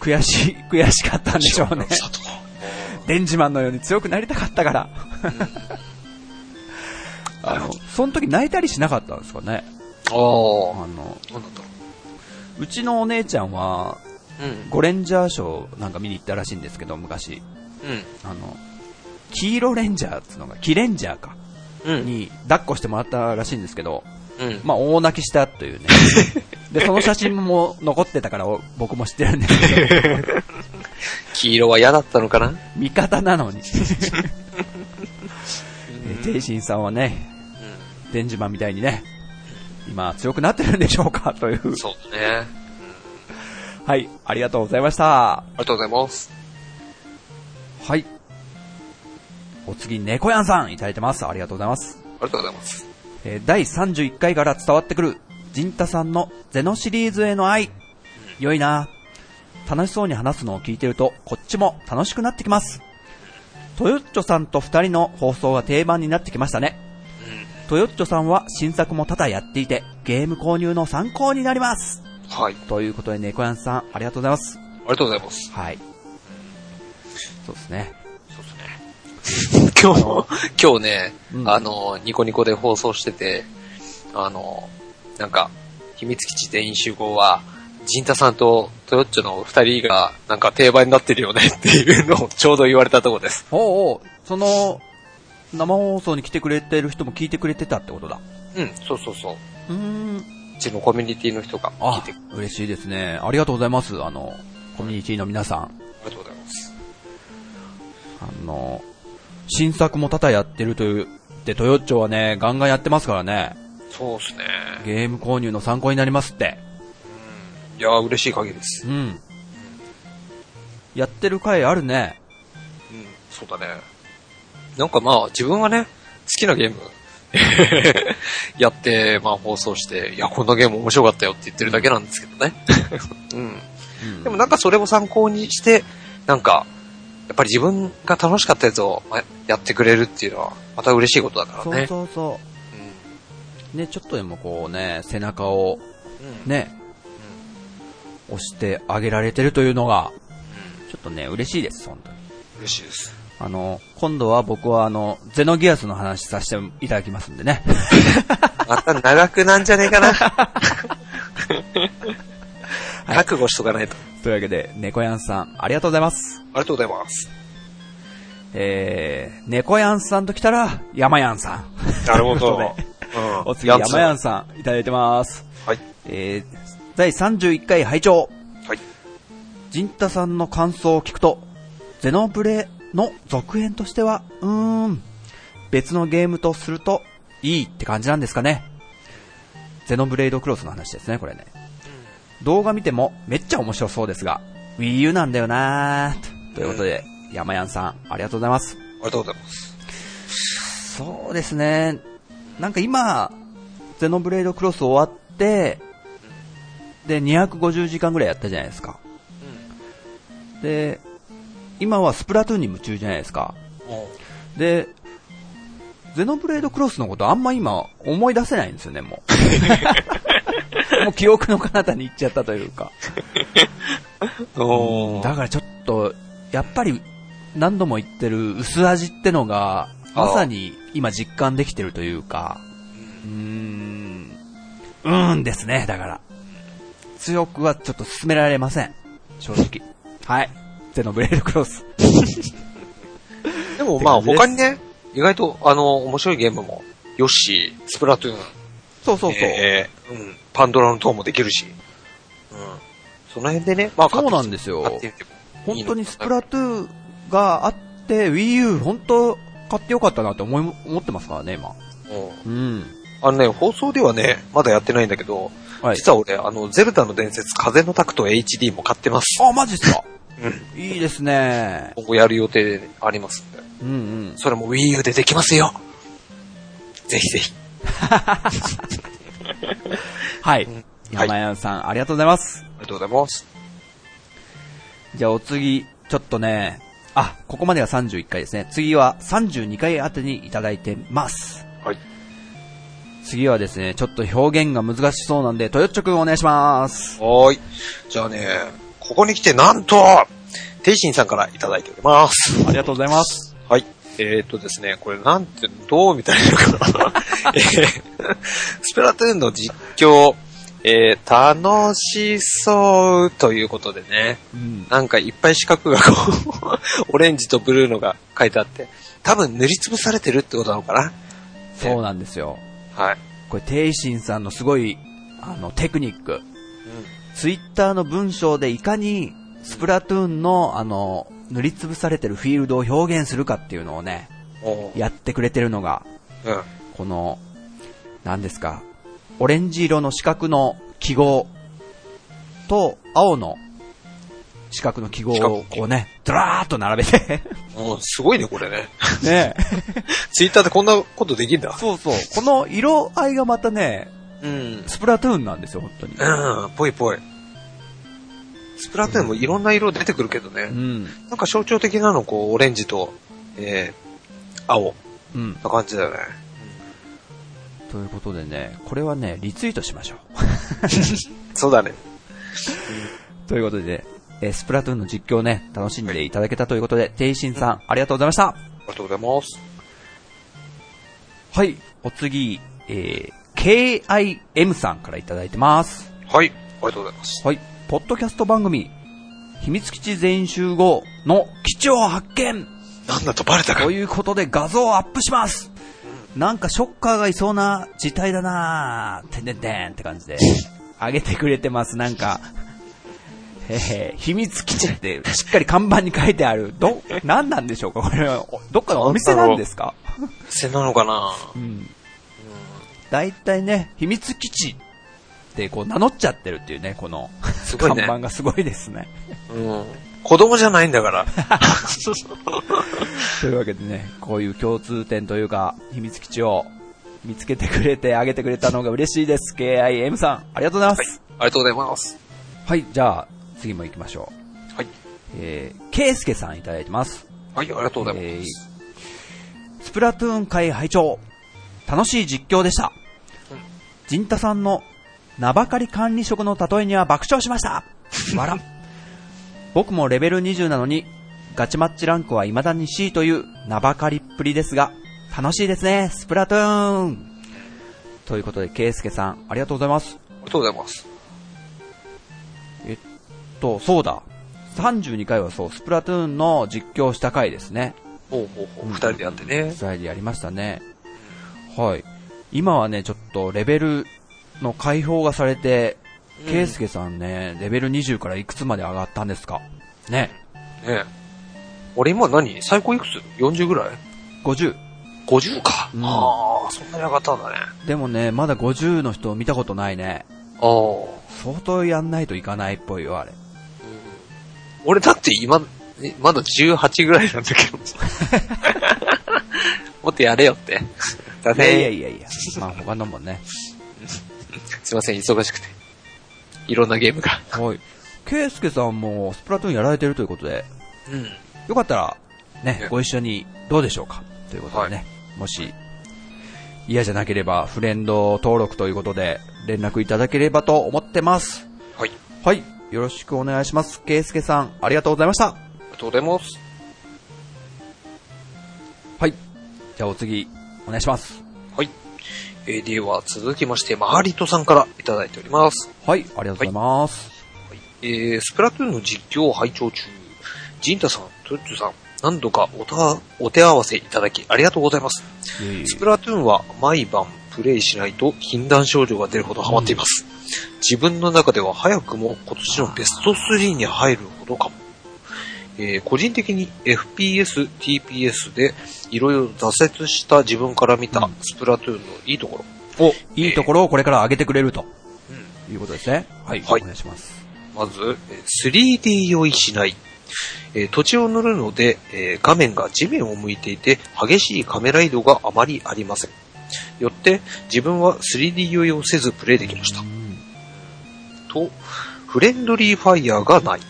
A: 悔しい、悔しかったんでしょうね。
B: 佐藤
A: 電磁マンのように強くなりたかったから。あの、その時泣いたりしなかったんですかね。あ
B: あ
A: の、
B: あ、なんだろ
A: うちのお姉ちゃんは、
B: う。うん。
A: ゴレンジャーショーなんか見に行ったらしいんですけど、昔。あの、黄色レンジャーっつうのが、キレンジャーか。
B: うん。うん。
A: に抱っこしてもらったらしいんですけど、
B: うん。
A: まあ大泣きしたと いうね。で、その写真も残ってたからお僕も知ってるんです けど、
B: 黄色は嫌だったのかな
A: 味方なのに。テイシンさんはね、
B: う
A: 電磁マンみたいにね、今強くなってるんでしょうかという。
B: ん。そうだね。
A: はい、ありがとうございました。
B: ありがとうございます。
A: はい。お次、猫やんさんいただいてます。ありがとうございます。
B: ありがとうございます。
A: えー第31回から伝わってくる、ジンタさんのゼノシリーズへの愛。良いな楽しそうに話すのを聞いてると、こっちも楽しくなってきます。トヨッチョさんと二人の放送が定番になってきましたね。トヨッチョさんは新作も多々やっていて、ゲーム購入の参考になります。
B: はい。
A: ということで、猫やんさん、ありがとうございます。
B: ありがとうございます。
A: はい。そうですね。
B: そうですね。今日も、今日ね、
A: うん
B: あの、ニコニコで放送してて、あの、なんか、秘密基地全員集合は、ジンタさんとトヨッチョの二人が、なんか定番になってるよねっていうのをちょうど言われたとこです。
A: おうおうその、生放送に来てくれてる人も聞いてくれてたってことだ。
B: うん、そうそうそう。
A: うーん。
B: うちのコミュニティの人が聞い
A: あ
B: てくれて、
A: 嬉しいですね。ありがとうございます。あの、コミュニティの皆さん。
B: ありがとうございます。
A: あの、新作も多々やってるという、で、トヨッチョはね、ガンガンやってますからね、
B: そうですね。
A: ゲーム購入の参考になりますって。
B: いやー、嬉しい限りです。
A: うん。やってる回あるね。
B: うん、そうだね。なんかまあ、自分はね、好きなゲーム、 やって、まあ放送して、いや、こんなゲーム面白かったよって言ってるだけなんですけどね。うん。でもなんかそれを参考にして、なんか、やっぱり自分が楽しかったやつをまあやってくれるっていうのは、また嬉しいことだから
A: そう
B: ね。
A: そうそう。ね、ちょっとでもこうね、背中を
B: うん。
A: ね、押してあげられてるというのが、ちょっとね、嬉しいです、本当に。
B: 嬉しいです。
A: あの、今度は僕はあの、ゼノギアスの話させていただきますんで ね。
B: また長くなんじゃねえか な。覚悟しとかないと。
A: というわけで、猫やんさん、ありがとうございます。
B: ありがとうございます。
A: えー、猫やんさんと来たら、山やんさん。
B: なるほ
A: ど
B: うん
A: お次、山やんさん、いただいてます。
B: はい。
A: えー、第31回拝聴
B: はい。
A: ジンタさんの感想を聞くと、ゼノブレの続編としては、うーん、別のゲームとすると、いいって感じなんですかね。ゼノブレイドクロスの話ですね、これね。動画見てもめっちゃ面白そうですが、Wii U なんだよなーということで、山やんさん、ありがとうございます。
B: ありがとうございます。
A: そうですね。なんか今、ゼノブレイドクロス終わって、で、250時間ぐらいやったじゃないですか。で、今はスプラトゥーンに夢中じゃないですか。で、ゼノブレイドクロスのことあんま今思い出せないんですよね、もう。もう記憶の彼方に行っちゃったというか。
B: おー
A: だからちょっと、やっぱり何度も言ってる薄味ってのが、
B: あ
A: まさに今実感できてるというか、うーん、うーんですね、だから。強くはちょっと進められません。正直。はい。ゼノブレイドクロス。
B: でもまあ
A: って感じです
B: 他にね、意外とあの、面白いゲームも、ヨッシー、スプラトゥーン、
A: そうそうそう。
B: えーうん、パンドラの塔もできるし、うん。その辺でね、まあ
A: そうなんですよ
B: 買ってみても
A: 本当にスプラ
B: ト
A: トゥーンがあって、Wii U 本当買ってよかったなって思い思ってますからね、今。
B: ゥーン。うん
A: うん。
B: あのね、放送ではね、まだやってないんだけど、
A: はい。
B: 実は俺、あの、ゼルダの伝説、風のタクト HD も買ってます。
A: あ、マジっすか
B: うん。
A: いいですね。
B: 今後やる予定ありますんで。
A: うんうん。
B: それも Wii U でできますよ。ぜひぜひ。
A: はい
B: ん。はい
A: 山屋さん、ありがとうございます。
B: ありがとうございます。
A: じゃあお次、ちょっとね、あ、ここまでは31回ですね。次は32回宛てにいただいてます。
B: はい。
A: 次はですね、ちょっと表現が難しそうなんで、トヨッチョくんお願いします。
B: はーい。じゃあね、ここに来てなんと、ていしんさんからいただいております。
A: ありがとうございます。
B: はい。えー、っとですね、これなんて、どうみたい な。えースプラトゥーンの実況、えー、楽しそうということでね、
A: うん。
B: なんかいっぱい四角がこう、オ レンジとブルーのが書いてあって、多分塗りつぶされてるってことなのかな
A: そうなんですよ。
B: はい。
A: これ、テイシンさんのすごい、あの、テクニック。ツイッターの文章でいかに、スプラトゥーンの、あの、塗りつぶされてるフィールドを表現するかっていうのをね、
B: うん。おー
A: やってくれてるのが、
B: うん。
A: この、何ですか、オレンジ色の四角の記号と、青の四角の記号をこうね、ドラーっと並べて、
B: もうすごいね、これね。
A: ね、
B: ツイッターでこんなことできんだ。
A: そうそう、この色合いがまたね、
B: うん。
A: スプラトゥーンなんですよ、本当に。
B: うん、ぽいぽい。スプラトゥーンもいろんな色出てくるけどね
A: う。ん。
B: なんか象徴的なの、こう、オレンジと、えー、青
A: うん。
B: な感じだよね。
A: ということでね、これはね、リツイートしましょう。
B: そうだね。
A: ということでね、えースプラトゥーンの実況ね、楽しんでいただけたということで、テイシンさん、ありがとうございました。
B: ありがとうございます。
A: はい、お次、えー、KIM さんからいただいてます。
B: はい、ありがとうございます。
A: はい。ポッドキャスト番組、秘密基地全員集合の基地を発見
B: なんだとバレたか
A: と。いうことで画像をアップしますなんかショッカーがいそうな事態だなぁ。てんてんてんって感じで、上げてくれてます、なんか。へへ、秘密基地ってしっかり看板に書いてある。ど、何なんでしょうかこれは、おどっかのお店なんですか
B: せなのかな
A: うん。大体ね、秘密基地ってこう名乗っちゃってるっていうね、この、
B: すごい
A: 看
B: ね。
A: 板が すごいですね。
B: うん。子供じゃないんだから。
A: というわけでね、こういう共通点というか、秘密基地を見つけてくれて、あげてくれたのが嬉しいです。KIM さん、ありがとうございます。
B: ありがとうございます。
A: はい、じゃあ、次も行きましょう。
B: はい。
A: えー、ケイスケさんいただいてます。
B: はい、ありがとうございます。
A: スプラトゥーン会拝聴楽しい実況でした。ジンタさんの名ばかり管理職の例えには爆笑しました。笑。僕もレベル20なのに、ガチマッチランクは未だに C という名ばかりっぷりですが、楽しいですね、スプラトゥーン。ということで、ケイスケさん、ありがとうございます。
B: ありがとうございます。
A: えっと、そうだ。32回はそう、スプラトゥーンの実況した回ですね。
B: ほうほうほう。二人でやってね。
A: スライドやりましたね。はい。今はね、ちょっとレベルの解放がされて、
B: うん
A: ケイスケさんね、レベル20からいくつまで上がったんですかね。
B: ねえ俺今何最高いくつ ?40 ぐらい
A: 50。
B: 50か。
A: うん
B: ああ、そんなに上がったんだね。
A: でもね、まだ50の人見たことないね。
B: ああ。
A: 相当やんないといかないっぽいよ、あれ。
B: 俺だって今、えまだ18ぐらいなんだけど。 もっとやれよって。だ
A: いやいや
B: ね、
A: いやいや。まあ他のもね。
B: すいません、忙しくて。いろんなゲームが。
A: はい。ケイスケさんもスプラトゥーンやられてるということで、
B: うん。
A: よかったら、ね
B: ね、
A: ご一緒にどうでしょうかということでね、もし、嫌じゃなければフレンド登録ということで、連絡いただければと思ってます。
B: はい。
A: はい、よろしくお願いします。ケイスケさん、ありがとうございました。
B: ありがとうございます。
A: はい、じゃあお次、お願いします。
B: はい。えーでは続きまして、マーリトさんからいただいております。
A: はい、ありがとうございます。
B: えー、スプラトゥーンの実況を拝聴中、ジンタさん、トゥッツさん、何度かおたお手合わせいただきありがとうございます。
A: いえいえ
B: スプラトゥーンは毎晩プレイしないと禁断症状が出るほどハマっています。自分の中では早くも今年のベスト3に入るほどかも。えー個人的に FPS、TPS でいろいろ挫折した自分から見たスプラトゥーンのいいところを、
A: いいところをこれから上げてくれると
B: えーうん
A: いうことですね。はい、
B: はい
A: お願いします。
B: まず、えー 3D 用意しない。えー土地を塗るので、えー画面が地面を向いていて、激しいカメラ移動があまりありません。よって、自分は 3D 酔いをせずプレイできました。と、フレンドリーファイヤーがない。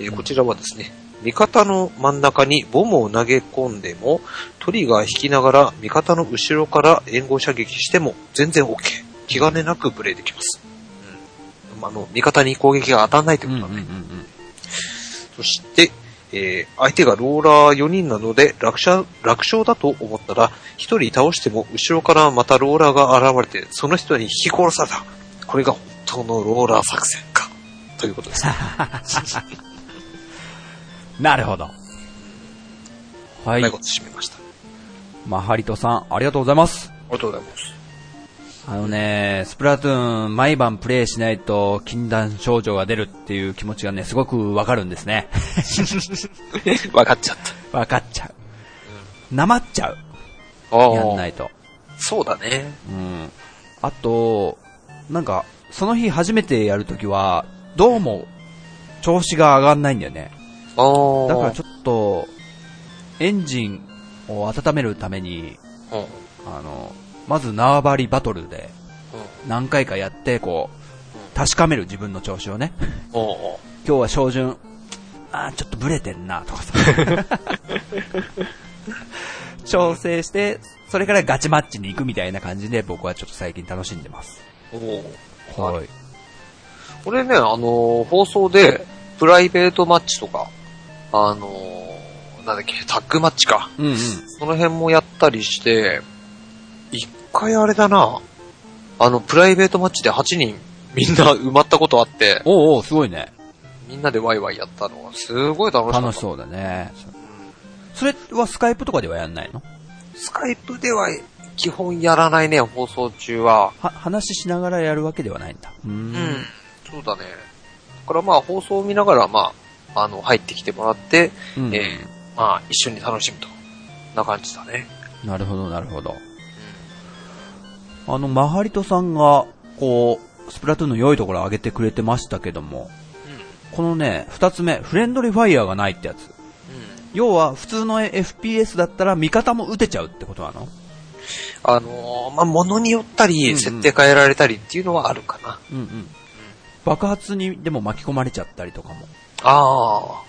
B: えーこちらはですね、味方の真ん中にボムを投げ込んでも、トリガー引きながら味方の後ろから援護射撃しても全然 OK。気兼ねなくプレイできます。うんまああの、味方に攻撃が当たらないといううん
A: う
B: こと
A: んう
B: な
A: んん
B: で、
A: うん
B: そして、えー相手がローラー4人なので楽勝、楽勝だと思ったら、1人倒しても後ろからまたローラーが現れて、その人に引き殺された。これが本当のローラー作戦か。ということです。
A: なるほど。は
B: はいい。。こと締めました。あ
A: マハリトさん、ありがとうございます。
B: りがとうございます。
A: あのね、スプラトゥーン、毎晩プレイしないと禁断症状が出るっていう気持ちがね、すごくわかるんです ね。
B: 分かっちゃった。
A: わかっちゃう。なまっちゃう。
B: あ
A: やんないと。
B: そうだね。
A: うん。あと、なんか、その日初めてやるときは、どうも、調子が上がんないんだよね。
B: ああ。
A: だからちょっと、エンジンを温めるために、
B: うん。うん。
A: あの、まず縄張りバトルで何回かやって、こう、確かめる自分の調子をね。
B: うん。うん。
A: 今日は照準、あーちょっとブレてんな、とかさ。 調整して、それからガチマッチに行くみたいな感じで僕はちょっと最近楽しんでます。
B: おー
A: はい。
B: これね、あのー放送で、プライベートマッチとか、あのーなんだっけ、タッグマッチか。
A: うんうん。
B: その辺もやったりして、一回あれだな、あの、プライベートマッチで8人、みんな埋まったことあって、
A: おうおう、すごいね。
B: みんなでワイワイやったのが、すごい楽しかった。
A: 楽しそうだね。それはスカイプとかではやんないの
B: スカイプでは基本やらないね、放送中は。
A: は、話しながらやるわけではないんだ。うーん
B: うん。そうだね。だからまあ、放送を見ながら、まあ、あの、入ってきてもらって、
A: うん
B: ええまあ、一緒に楽しむと。な感じだね。
A: なるほど、なるほど。あの、マハリトさんが、こう、スプラトゥーンの良いところを挙げてくれてましたけども、このね、二つ目、フレンドリーファイヤーがないってやつ。
B: うん。うん。
A: 要は、普通の FPS だったら味方も撃てちゃうってことなの
B: あのーまあ、物によった
A: うんうん
B: り、設定変えられたりっていうのはあるかな。
A: うんうん。爆発にでも巻き込まれちゃったりとかも
B: ああ、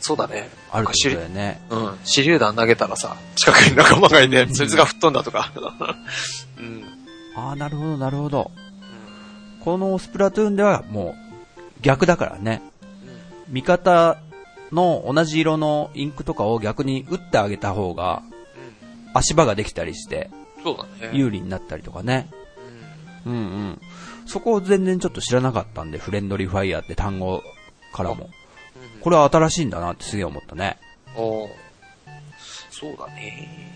B: そうだね。
A: あるっ
B: か
A: てことだよね。
B: うん。手榴弾投げたらさ、近くに仲間がいて、そいつが吹っ飛んだとか。 うん。
A: ああ、なるほど、なるほど。このスプラトゥーンではもう逆だからね。味方の同じ色のインクとかを逆に打ってあげた方が足場ができたりして
B: そうだね。
A: 有利になったりとかね。うんうん。そこを全然ちょっと知らなかったんで、フレンドリーファイヤーって単語からも。これは新しいんだなってすげえ思ったね。
B: おーそうだね。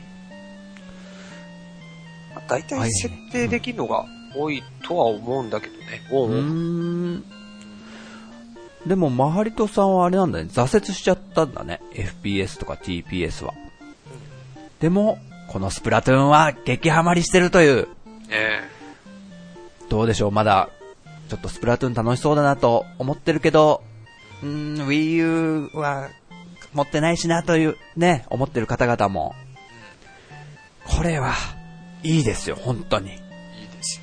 B: まあ、大体設定できるのが多いとは思うんだけどね。お
A: う
B: うおう
A: ーん。でも、マハリトさんはあれなんだね、挫折しちゃったんだね。FPS とか TPS は。でも、このスプラトゥーンは激ハマりしてるという。
B: え
A: どうでしょう、まだ、ちょっとスプラトゥーン楽しそうだなと思ってるけど、うーん、Wii U は持ってないしなという、ね、思ってる方々も、これは、いいですよ、本当に。
B: えいいですよ。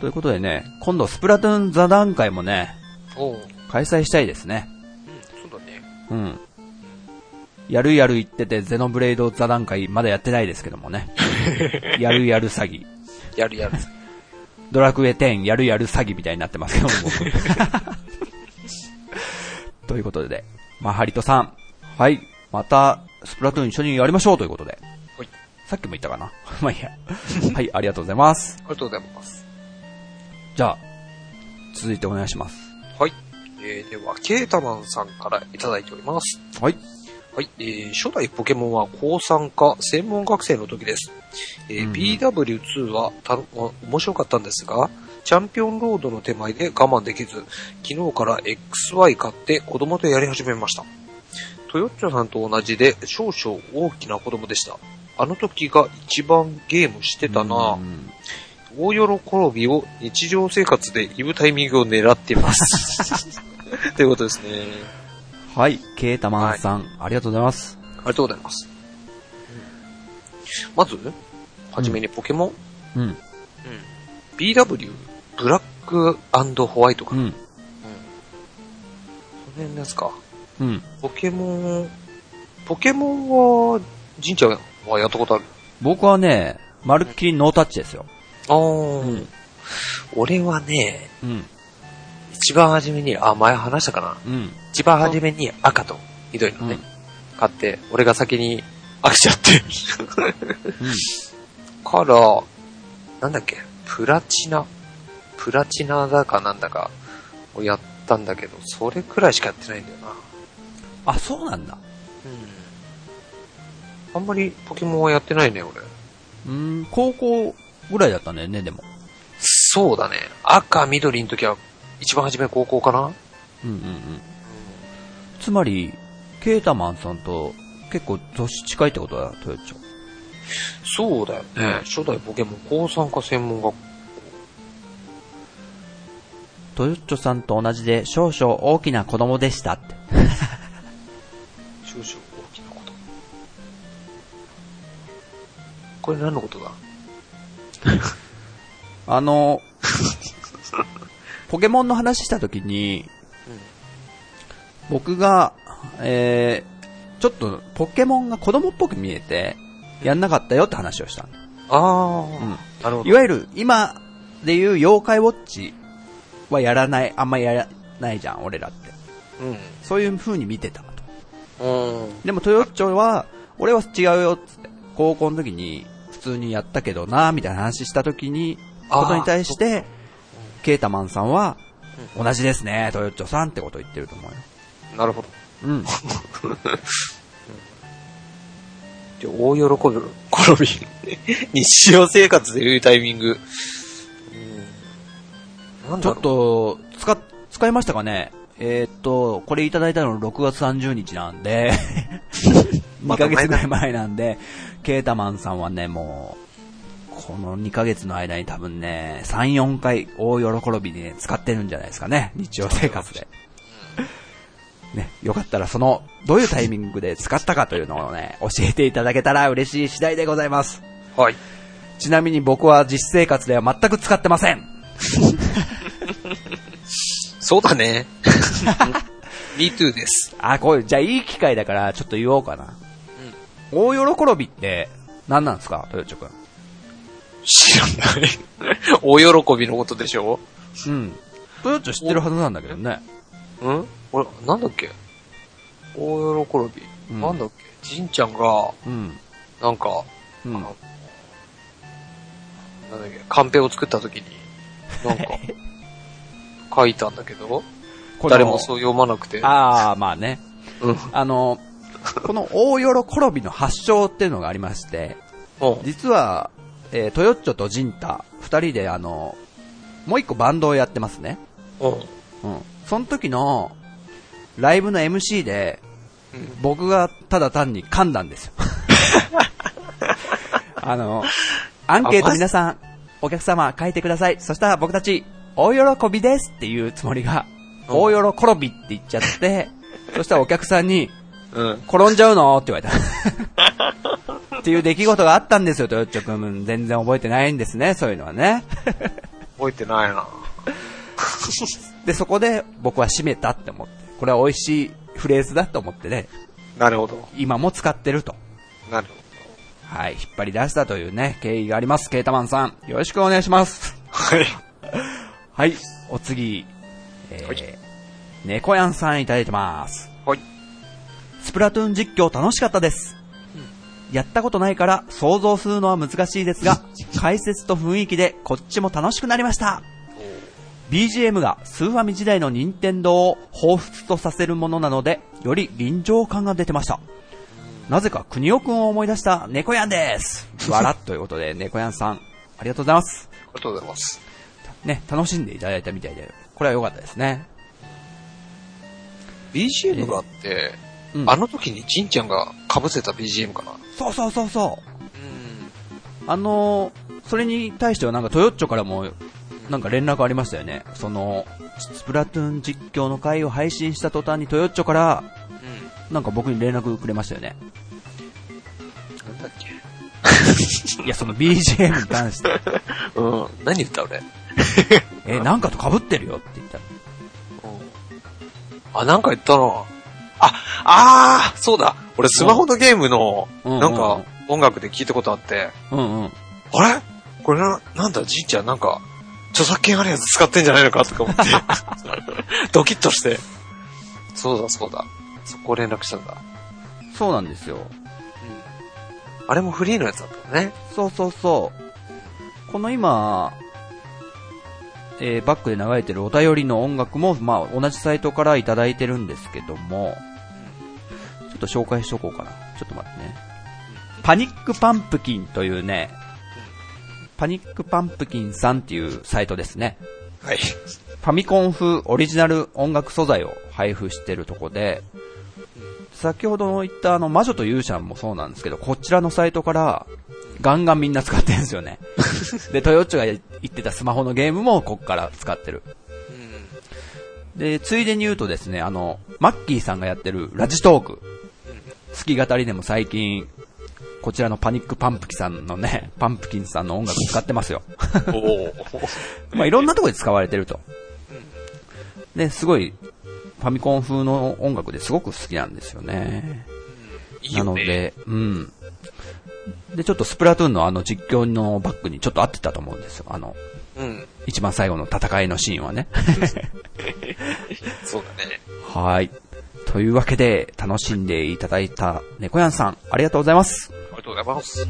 A: ということでね、今度スプラトゥーン座談会もね、
B: おううん、
A: 開催したいですね。
B: そうだね。
A: うん。やるやる言ってて、ゼノブレイド座談会まだやってないですけども ね。やるやる詐欺。
B: やるやる。
A: ドラクエ10やるやる詐欺みたいになってますけども。 ということで、マハリトさん。はい。また、スプラトゥーン一緒にやりましょうということで。
B: はい。
A: さっきも言ったかな まあいいや。はい、ありがとうございます。
B: ありがとうございます。
A: じゃあ、続いてお願いします。
B: はい。えー、では、ケータマンさんからいただいております。
A: はい。
B: はい、えー初代ポケモンは高3か専門学生の時です。えー
A: うん
B: PW2 はたの面白かったんですが、チャンピオンロードの手前で我慢できず、昨日から XY 買って子供とやり始めました。トヨッチョさんと同じで少々大きな子供でした。あの時が一番ゲームしてたな
A: う。ん
B: 大喜びを日常生活で言うタイミングを狙ってい ます。ということですね。
A: はい、ケータマンさん、ありがとうございます。
B: ありがとうございます。まず、はじめにポケモン、
A: うん。
B: BW、ブラックホワイトか。
A: う
B: うん。
A: ん。
B: その辺のやつか。
A: うん。
B: ポケモン、ポケモンは、じんちゃんはやったことある
A: 僕はね、まるっきりノータッチですよ。
B: ああ、
A: ん
B: 俺はね、
A: うん。
B: 一番初めに、あ、前話したかな
A: うん。
B: 一番初めに赤と緑のね、
A: うん
B: 買って、俺が先に飽きちゃって。 から、なんだっけ、プラチナ、プラチナだかなんだかをやったんだけど、それくらいしかやってないんだよな。
A: あ、そうなんだ。
B: あんまりポケモンはやってないね、俺。
A: うん、高校ぐらいだったんだよね、でも。
B: そうだね。赤、緑の時は、一番初め高校かな
A: うんうんうん。つまり、ケータマンさんと結構年近いってことだ、トヨちゃん。
B: そうだよね。初代ポケモン、高三か専門学校。
A: トヨッチョさんと同じで少々大きな子供でしたって。
B: 少々大きなこと。これ何のことだ
A: あの、 ポケモンの話した時に、僕が、えー、ちょっとポケモンが子供っぽく見えて、やんなかったよって話をしたの。
B: ああ、なるほ
A: いわゆる今でいう妖怪ウォッチはやらない、あんまやらないじゃん、俺らって。
B: う
A: そういう風に見てたと。
B: ん。うん。
A: でもトヨッチョは、俺は違うよっつって、高校の時に普通にやったけどな、みたいな話した時に、
B: あー
A: ことに対して、ケータマンさんは、同じですね、トヨッチョさんってことを言ってると思うよ。
B: なるほど。
A: うん。
B: で、大喜び、喜び。日常生活でいうタイミング。うん。なん
A: ち
B: だ
A: ょっ
B: ろう。
A: と、使っ、使いましたかねえーっと、これいただいたの6月30日なん で、2ヶ月ぐらい前なんで、ケータマンさんはね、もう、この2ヶ月の間に多分ね、3、4回大喜びで、ね、使ってるんじゃないですかね。日常生活で。ね、よかったらその、どういうタイミングで使ったかというのをね、教えていただけたら嬉しい次第でございます。
B: はい。
A: ちなみに僕は実生活では全く使ってません。
B: そうだね。MeToo です。
A: あ、こういう、じゃあいい機会だから、ちょっと言おうかな。大喜びって、何なんですか、豊ちょくん。
B: 知らない。大喜びのことでしょ
A: うん。豊ちょ知ってるはずなんだけどね。
B: うん俺、なんだっけ大喜び、
A: うん
B: なんだっけじんちゃんが、
A: うん。
B: なんか、
A: うん。
B: あのなんだっけ、カンペを作った時に、な んか、書いたんだけど、
A: この
B: 誰もそう読まなくて。
A: ああ、まあね。
B: うん。
A: あの、この大喜びの発祥っていうのがありまして、
B: うん
A: 実は、えー、トヨッチョとジンタ、二人であの、もう一個バンドをやってますね。
B: うん。
A: うん。その時の、ライブの MC で、
B: うん
A: 僕がただ単に噛んだんですよ。あの、アンケート皆さん、お客様書いてください。そしたら僕たち、大喜びですっていうつもりが、
B: うん
A: 大喜びって言っちゃって、そしたらお客さんに、
B: うん。
A: 転んじゃうのって言われた。っ ていう出来事があったんですよ、とよっちょくん。全然覚えてないんですね、そういうのはね。
B: 覚えてないな。
A: で、そこで僕は締めたって思って、これは美味しいフレーズだと思ってね、
B: なるほど。
A: 今も使ってると。
B: なるほ
A: はい、引っ張り出したというね、経緯があります。ケータマンさん、よろしくお願いします。
B: ど。はい。
A: はい、お次、え
B: はい
A: ー、猫やんさんいただいてます。
B: はい。
A: スプラトゥーン実況楽しかったです。やったことないから想像するのは難しいです が、解説と雰囲気でこっちも楽しくなりました。BGM がスーファミ時代の任天堂を彷彿とさせるものなので、より臨場感が出てました。なぜか国尾くんを思い出した猫やんです。笑っということで、猫やんさん、ありがとうございます。
B: ありがとうございます。
A: ね、楽しんでいただいたみたいで、これは良かったですね。
B: BGM があって、
A: うん
B: あの時にじんちゃんが被せた BGM かな。
A: そうそうそうそう。
B: うん。
A: あのーそれに対してはなんかトヨッチョからも、なんか連絡ありましたよね。その、スプラトゥーン実況の回を配信した途端にトヨッチョから、なんか僕に連絡くれましたよね。
B: なんだっけ
A: いや、その BGM に関して。
B: うん。何言った俺。
A: え、なんかと被ってるよって言ったら。
B: あ、なんか言ったな。あ、あー、そうだ。俺スマホのゲームの、
A: うん
B: なん
A: うん
B: か音楽で聞いたことあって、
A: うんうん。
B: あれこれな、なんだ、じいちゃんなんか、著作権あるやつ使ってんじゃないのかとか 思って、ドキッとして。そうだ、そうだ。そこを連絡したんだ。
A: そうなんですよ。
B: あれもフリーのやつだったのね。
A: そうそうそう。この今、えーバックで流れてるお便りの音楽も、まあ、同じサイトからいただいてるんですけども、ちょっと紹介しとこうかな。ちょっと待ってね。パニックパンプキンというね、パニックパンプキンさんっていうサイトですね。
B: はい。
A: ファミコン風オリジナル音楽素材を配布してるとこで、先ほど言ったあの魔女と勇者もそうなんですけど、こちらのサイトからガンガンみんな使ってるんですよね。で、トヨッチョが言ってたスマホのゲームもこっから使ってる。で、ついでに言うとですね、あの、マッキーさんがやってるラジトーク。好き語りでも最近、こちらのパニックパンプキンさんのね、パンプキンさんの音楽使ってますよ。
B: お
A: まあ、いろんなところで使われてると。で、すごい、ファミコン風の音楽ですごく好きなんですよね。
B: いい
A: な
B: よ
A: の
B: ね。
A: で、うん。で、ちょっとスプラトゥーンのあの実況のバックにちょっと合ってたと思うんですよ。あの、
B: うん。
A: 一番最後の戦いのシーンはね。
B: そうだね。
A: はい。というわけで、楽しんでいただいた猫やんさん、ありがとうございます。
B: ありがとうございます。